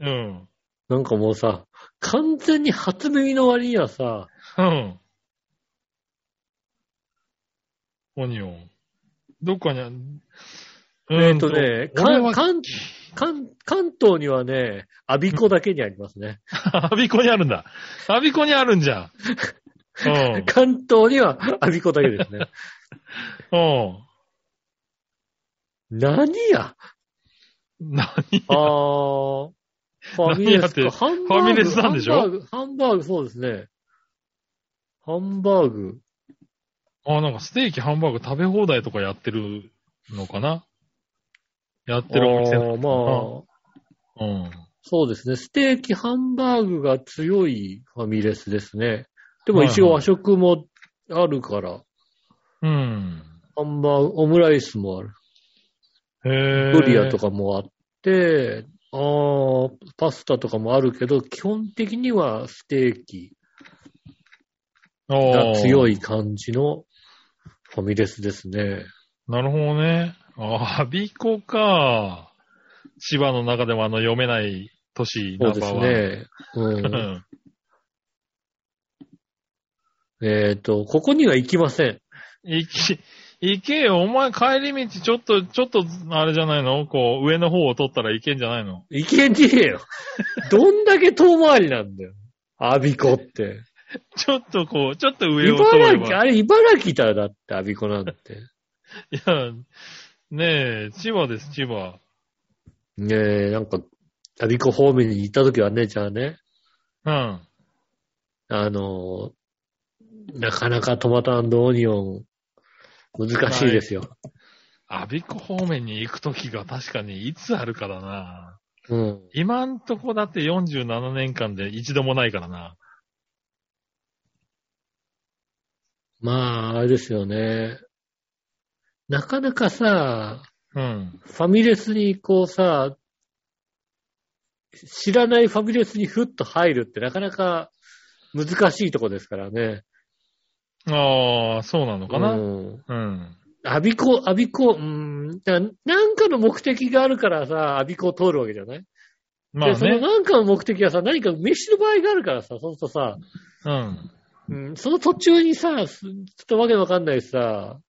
うん。なんかもうさ、完全に初耳の割にはさ、うん。オニオン。どっかにある。ええっとね、俺関は、関関関東にはね、アビコだけにありますね。アビコにあるんだ。アビコにあるんじ ゃん。うん。関東にはアビコだけです ね。うん。何や何あー。ファミレス何やか。ってハンバーグ。ファミレスなんでしょハンバーグ、ハンバーグそうですね。ハンバーグ。あ、なんかステーキ、ハンバーグ食べ放題とかやってるのかなやってるお店なあのーまあ、うん。そうですね。ステーキ、ハンバーグが強いファミレスですね。でもはいはい一応和食もあるから、うん。ハンバーグ、オムライスもある。へえ。ドリアとかもあって、あーパスタとかもあるけど、基本的にはステーキが強い。い感じのファミレスですね。なるほどね。あ、アビコか。千葉の中でもあの読めない都市そうナンですバーワン。ね。う、うんん。えっと、ここには行きません。行き、行けよ。お前帰り道ちょっと、ちょっと、あれじゃないのこう、上の方を取ったらいけんじゃないの行けねえよ。どんだけ遠回りなんだよ。アビコって。ちょっとこう、ちょっと上を通茨れ城、ば。あれ茨城だだって、アビコなんて。 いや、ねえ、千葉です、千葉。ねえ、なんか、アビコ方面に行った時はね、じゃあね、うん。あのーなかなかトマトオニオン、難しいですよ。アビコ方面に行くときが確かにいつあるかだな。うん。今んとこだって47年間で一度もないからな。まあ、あれですよね。なかなかさ、うん。ファミレスにこうさ、知らないファミレスにふっと入るってなかなか難しいとこですからね。ああ、そうなのかうな。ん。うん。アビコ、アビコ、うーん、だからなんかの目的があるからさ、アビコを通るわけじゃない、まあで、そのね。なんかの目的はさ、何か飯の場合があるからさ、そうするとさ、うん。うん、その途中にさ、すちょっとわけわかんないしさ、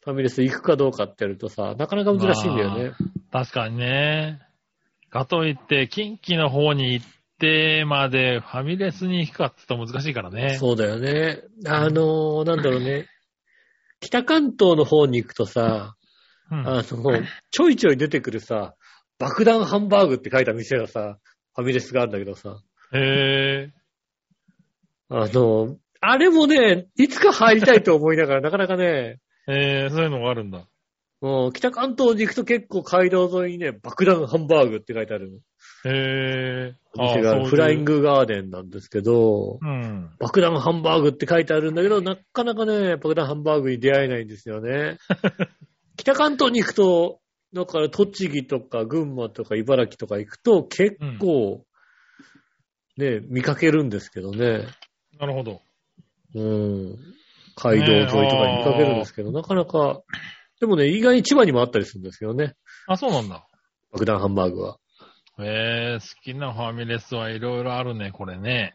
ファミレス行くかどうかってやるとさ、なかなか難しいんだよね。確かにね。かといって、近畿の方に行ってまでファミレスに行くかって言うと難しいからね。そうだよね。あのーなんだろうね。北関東の方に行くとさ、うん。あの、ちょいちょい出てくるさ、爆弾ハンバーグって書いた店がさ、ファミレスがあるんだけどさ、へえ。あの、あれもね、いつか入りたいと思いながら、なかなかね、えー、そういうのがあるんだ。もう北関東に行くと結構街道沿いにね、爆弾ハンバーグって書いてあるへえ。お店があるフライング。グガーデンなんですけど、うん。爆弾ハンバーグって書いてあるんだけど、なかなかね、爆弾ハンバーグに出会えないんですよ ね。北関東に行くと、だから栃木とか群馬とか茨城とか行くと結構、ね、見かけるんですけどね。なるほど。うん。街道沿いとかに見かけるんですけど、なかなか、でもね、意外に千葉にもあったりするんですよね。あ、そうなんだ。爆弾ハンバーグは。えー、好きなファミレスはいろいろあるね、これね。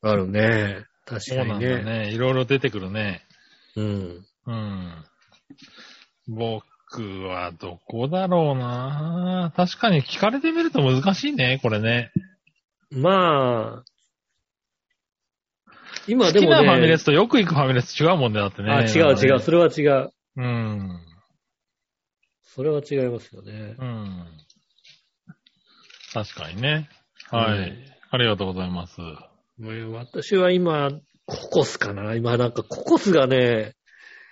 あるね。確そうかなにんだね。ね。いろいろ出てくるね。うん。うん。僕はどこだろうな確かに聞かれてみると難しいね、これね。まあ、今好できもなね、ファミレスとよく行くファミレス違うもんね、だってね。あ、違う違う。それは違う。うん。それは違いますよね。うん。確かにね。はい。うんありがとうございます。もう私は今、ココスかな今なんかココスがね、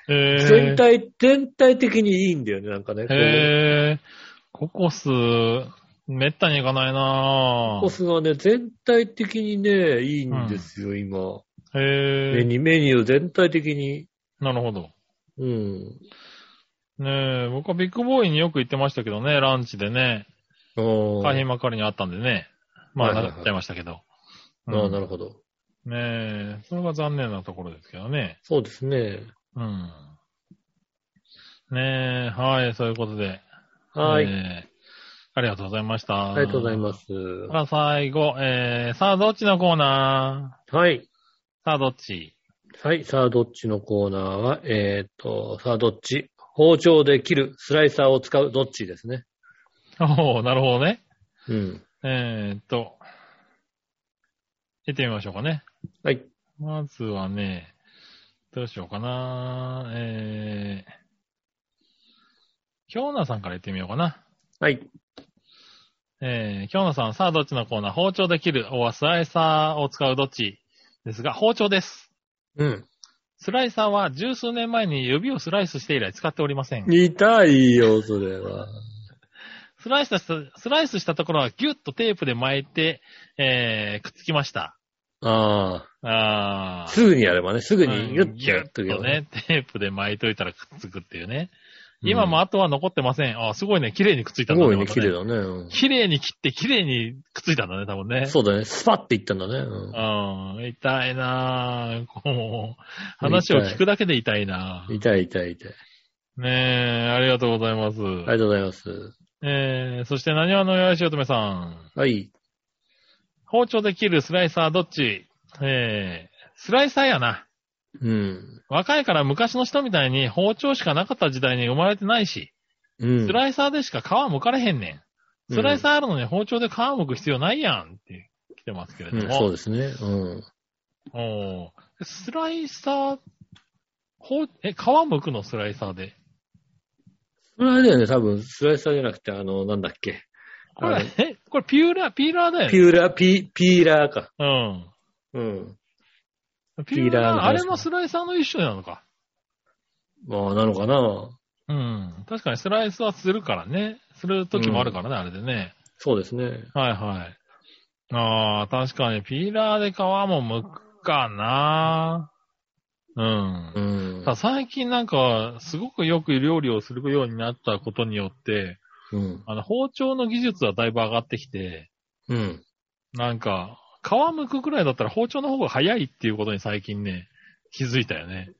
えー、全体、全体的にいいんだよね、なんかね。こうへえ、ココス、めったに行かないなココスがね、全体的にね、いいんですよ、今。メへえ、ニュー、メニュー全体的に。なるほど。うん。ねえ、僕はビッグボーイによく行ってましたけどね、ランチでね、あ海ー浜幕張にあったんでね。まあ、はいはないはいっちゃいましたけど。あうー、んなるほど。ねえ、それが残念なところですけどね。そうですね。うん。ねえ、はい、そういうことで。はい。ええありがとうございました。。ありがとうございますす。さあ、最後、えー、さあ、どっちのコーナはい。ーさあ、どっち はい。さあ、どっちのコーナーは、えーっと、さあ、どっち包丁で切る、スライサーを使う、どっちですね。おおなるほどね。うん。えーっと、行ってみましょうかね。はい。まずはね、どうしようかな。えー、京奈さんから行ってみようかな。はい。えー、京奈さん、さあどっちのコーナー包丁で切る、おはスライサーを使うどっちですが、包丁です。うん。スライサーは十数年前に指をスライスして以来使っておりません。痛いよ、それは。スライスした、スライスしたところはギュッとテープで巻いて、えー、くっつきました。あああ。ー。すぐにやればね、すぐうんにギュッとやっとギけュッとばね。ね、テープで巻いといたらくっつくっていうね。今も後は残ってません。あ、すごいね、綺麗にくっついたすんだごいまね、た綺麗だね。うん綺麗に切って、綺麗にくっついたんだね、多分ね。そうだね、スパっていったんだね。うんうん、痛いなぁ。こう、話を聞くだけで痛いなぁ。痛い痛い痛い。ねえ、ありがとうございます。ありがとうございます。えー、そして、何話のよしおとめさん。はい。包丁で切るスライサーどっちえー、スライサーやな。うん。若いから昔の人みたいに包丁しかなかった時代に生まれてないし。うん。スライサーでしか皮剥かれへんねん。スライサーあるのに包丁で皮剥く必要ないやんって来てますけれうどん、そうも。ですね。うん。おースライサー、ほうえ、皮剥くのスライサーで。それあれだよね、多分、スライサーじゃなくて、あの、なんだっけ。こあれの、え、これピューラー、ピーラーだよピね。ューラー、ピー、ピーラーか。うん。うん。ピーラーの話ューラー、あれもスライサーの一種なのか。まあ、なのかな。うん。確かにスライスはするからね。する時もあるからね、あれでね。そうですね。はいはい。ああ、確かにピーラーで皮も剥くかな。うん。うんただ最近なんか、すごくよく料理をするようになったことによって、うん。あの、包丁の技術はだいぶ上がってきて、うん。なんか、皮剥くくらいだったら包丁の方が早いっていうことに最近ね、気づいたよね。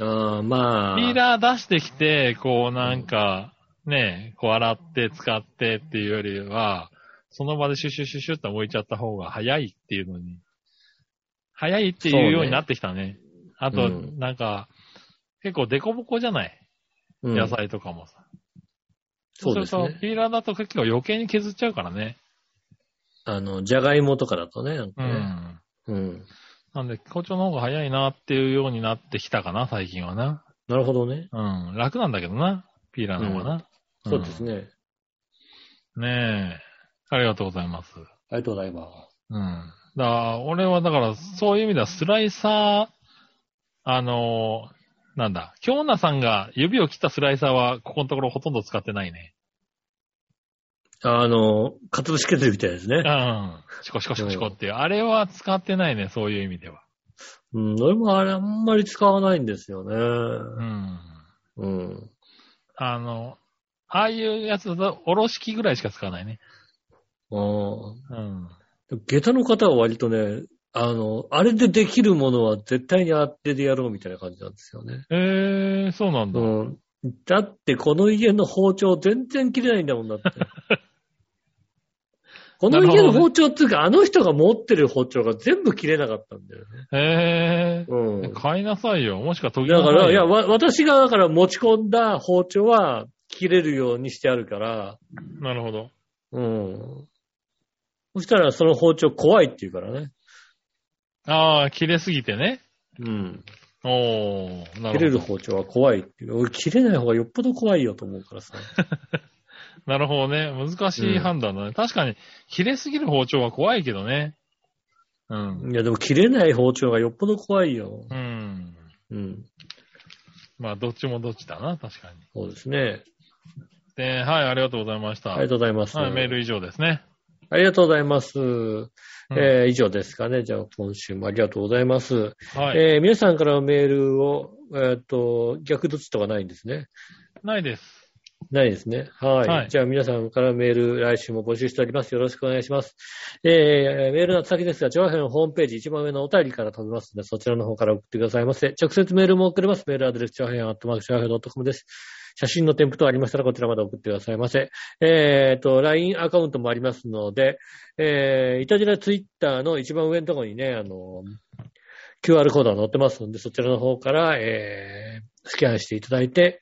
ああ、まあ。ピーラー出してきて、こうなんか、ね、こう洗って使ってっていうよりは、その場でシュシュシュシュって置いちゃった方が早いっていうのに、早いっていうようになってきたね。あと、うんなんか、結構デコボコじゃないうん野菜とかもさ。そうですると、ね。ピーラーだと結構余計に削っちゃうからね。あの、じゃがいもとかだとね、なんうかね。ん。うん。なんで、包丁の方が早いなっていうようになってきたかな、最近はな。なるほどね。うん。楽なんだけどな、ピーラーの方がな。そうですね。うん。ねえ。ありがとうございます。ありがとうございます。うん。だから俺はだから、そういう意味ではスライサー、あのーなんだ、京奈さんが指を切ったスライサーは、ここのところほとんど使ってないね。あの、かつぶし削りみたいですうね。ん。シコシコシコシコっていう。あれは使ってないね、そういう意味では。うん、俺もあれあんまり使わないんですよね。うん。うん。あの、ああいうやつだと、おろし器ぐらいしか使わないね。あーうん。下駄の方は割とね、あの、あれでできるものは絶対にあれでやろうみたいな感じなんですよね。ええそうなんだ。うん。だってこの家の包丁全然切れないんだもん だって。この家の包丁っていうか、あの人が持ってる包丁が全部切れなかったんだよね。ええうん。買いなさいよ。もしくは研ぎなださから、いよ。いや、わ私がだから持ち込んだ包丁は切れるようにしてあるから、なるほど。うん。そしたらその包丁怖いって言うからね。ああ、切れすぎてね。うん。おー、な切れるるほど。包丁は怖いっていう。俺切れない方がよっぽど怖いよと思うからさ。なるほどね。難しい判断だね。確かに、切れすぎる包丁は怖いけどね。うん。いやでも切れない包丁がよっぽど怖いよ。うん。うん。まあ、どっちもどっちだな、確かに。そうですね。で、はい、ありがとうございました。ありがとうございます。はい、メール以上ですね。ありがとうございます。んえー以上ですかね。じゃあ今週もありがとうございます。はい。えー皆さんからのメールを、えーっと、逆どっちとかないんですね。ないです。ないですね。はい。はいじゃあ皆さんからメール、来週も募集しております。よろしくお願いします。えー、メールの宛先ですが、上辺のホームページ一番上のお便りから飛びますので、そちらの方から送ってくださいませ。直接メールも送れます。メールアドレス、上辺アットマーク、上辺 .com です。写真の添付等ありましたら、こちらまで送ってくださいませ。えーと、LINE アカウントもありますので、えー、いたじら Twitter の一番上のところにね、あの、QR コードが載ってますので、そちらの方から、えー、スキャンしていただいて、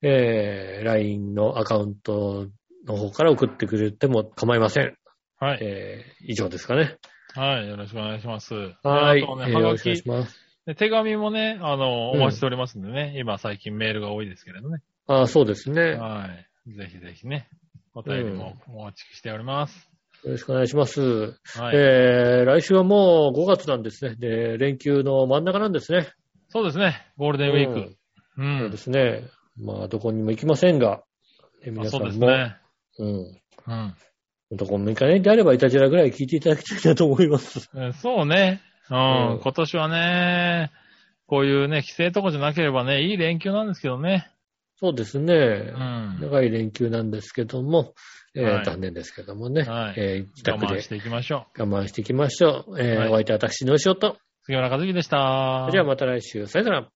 えー、LINE のアカウントの方から送ってくれても構いません。はい。えー、以上ですかね。はい、よろしくお願いします。はい。あとえーね、はよろがしくお願いきし、ます。で手紙もね、あうの、おん待ちしておりますんでね、今最近メールが多いですけれどね。あーそうですね。よはい。ぜひぜひね、お便りもお待ちしております。ろしくお願いします。はい、えー、来週はもう5月なんですね。で、連休の真ん中なんですね。そうですね、ゴールデンウィーク。ううんそうでん。すね。まあ、どこにも行きませんが、えあ皆さそんうも、ですね。うん。うん。どこも行かないんであれば、いたじらぐらい聞いていただきたいなと思い ます。えーそうね。うん。うん今年はね、こういうね、規制とかじゃなければね、いい連休なんですけどね。そうですねう。ん。長い連休なんですけども、えーはい残念ですけどもね、はいえー自我宅慢でしていきましょう。我慢していきましょう。えーはいお相手は私、のしおと。杉村和樹でした。ではまた来週、さよなら。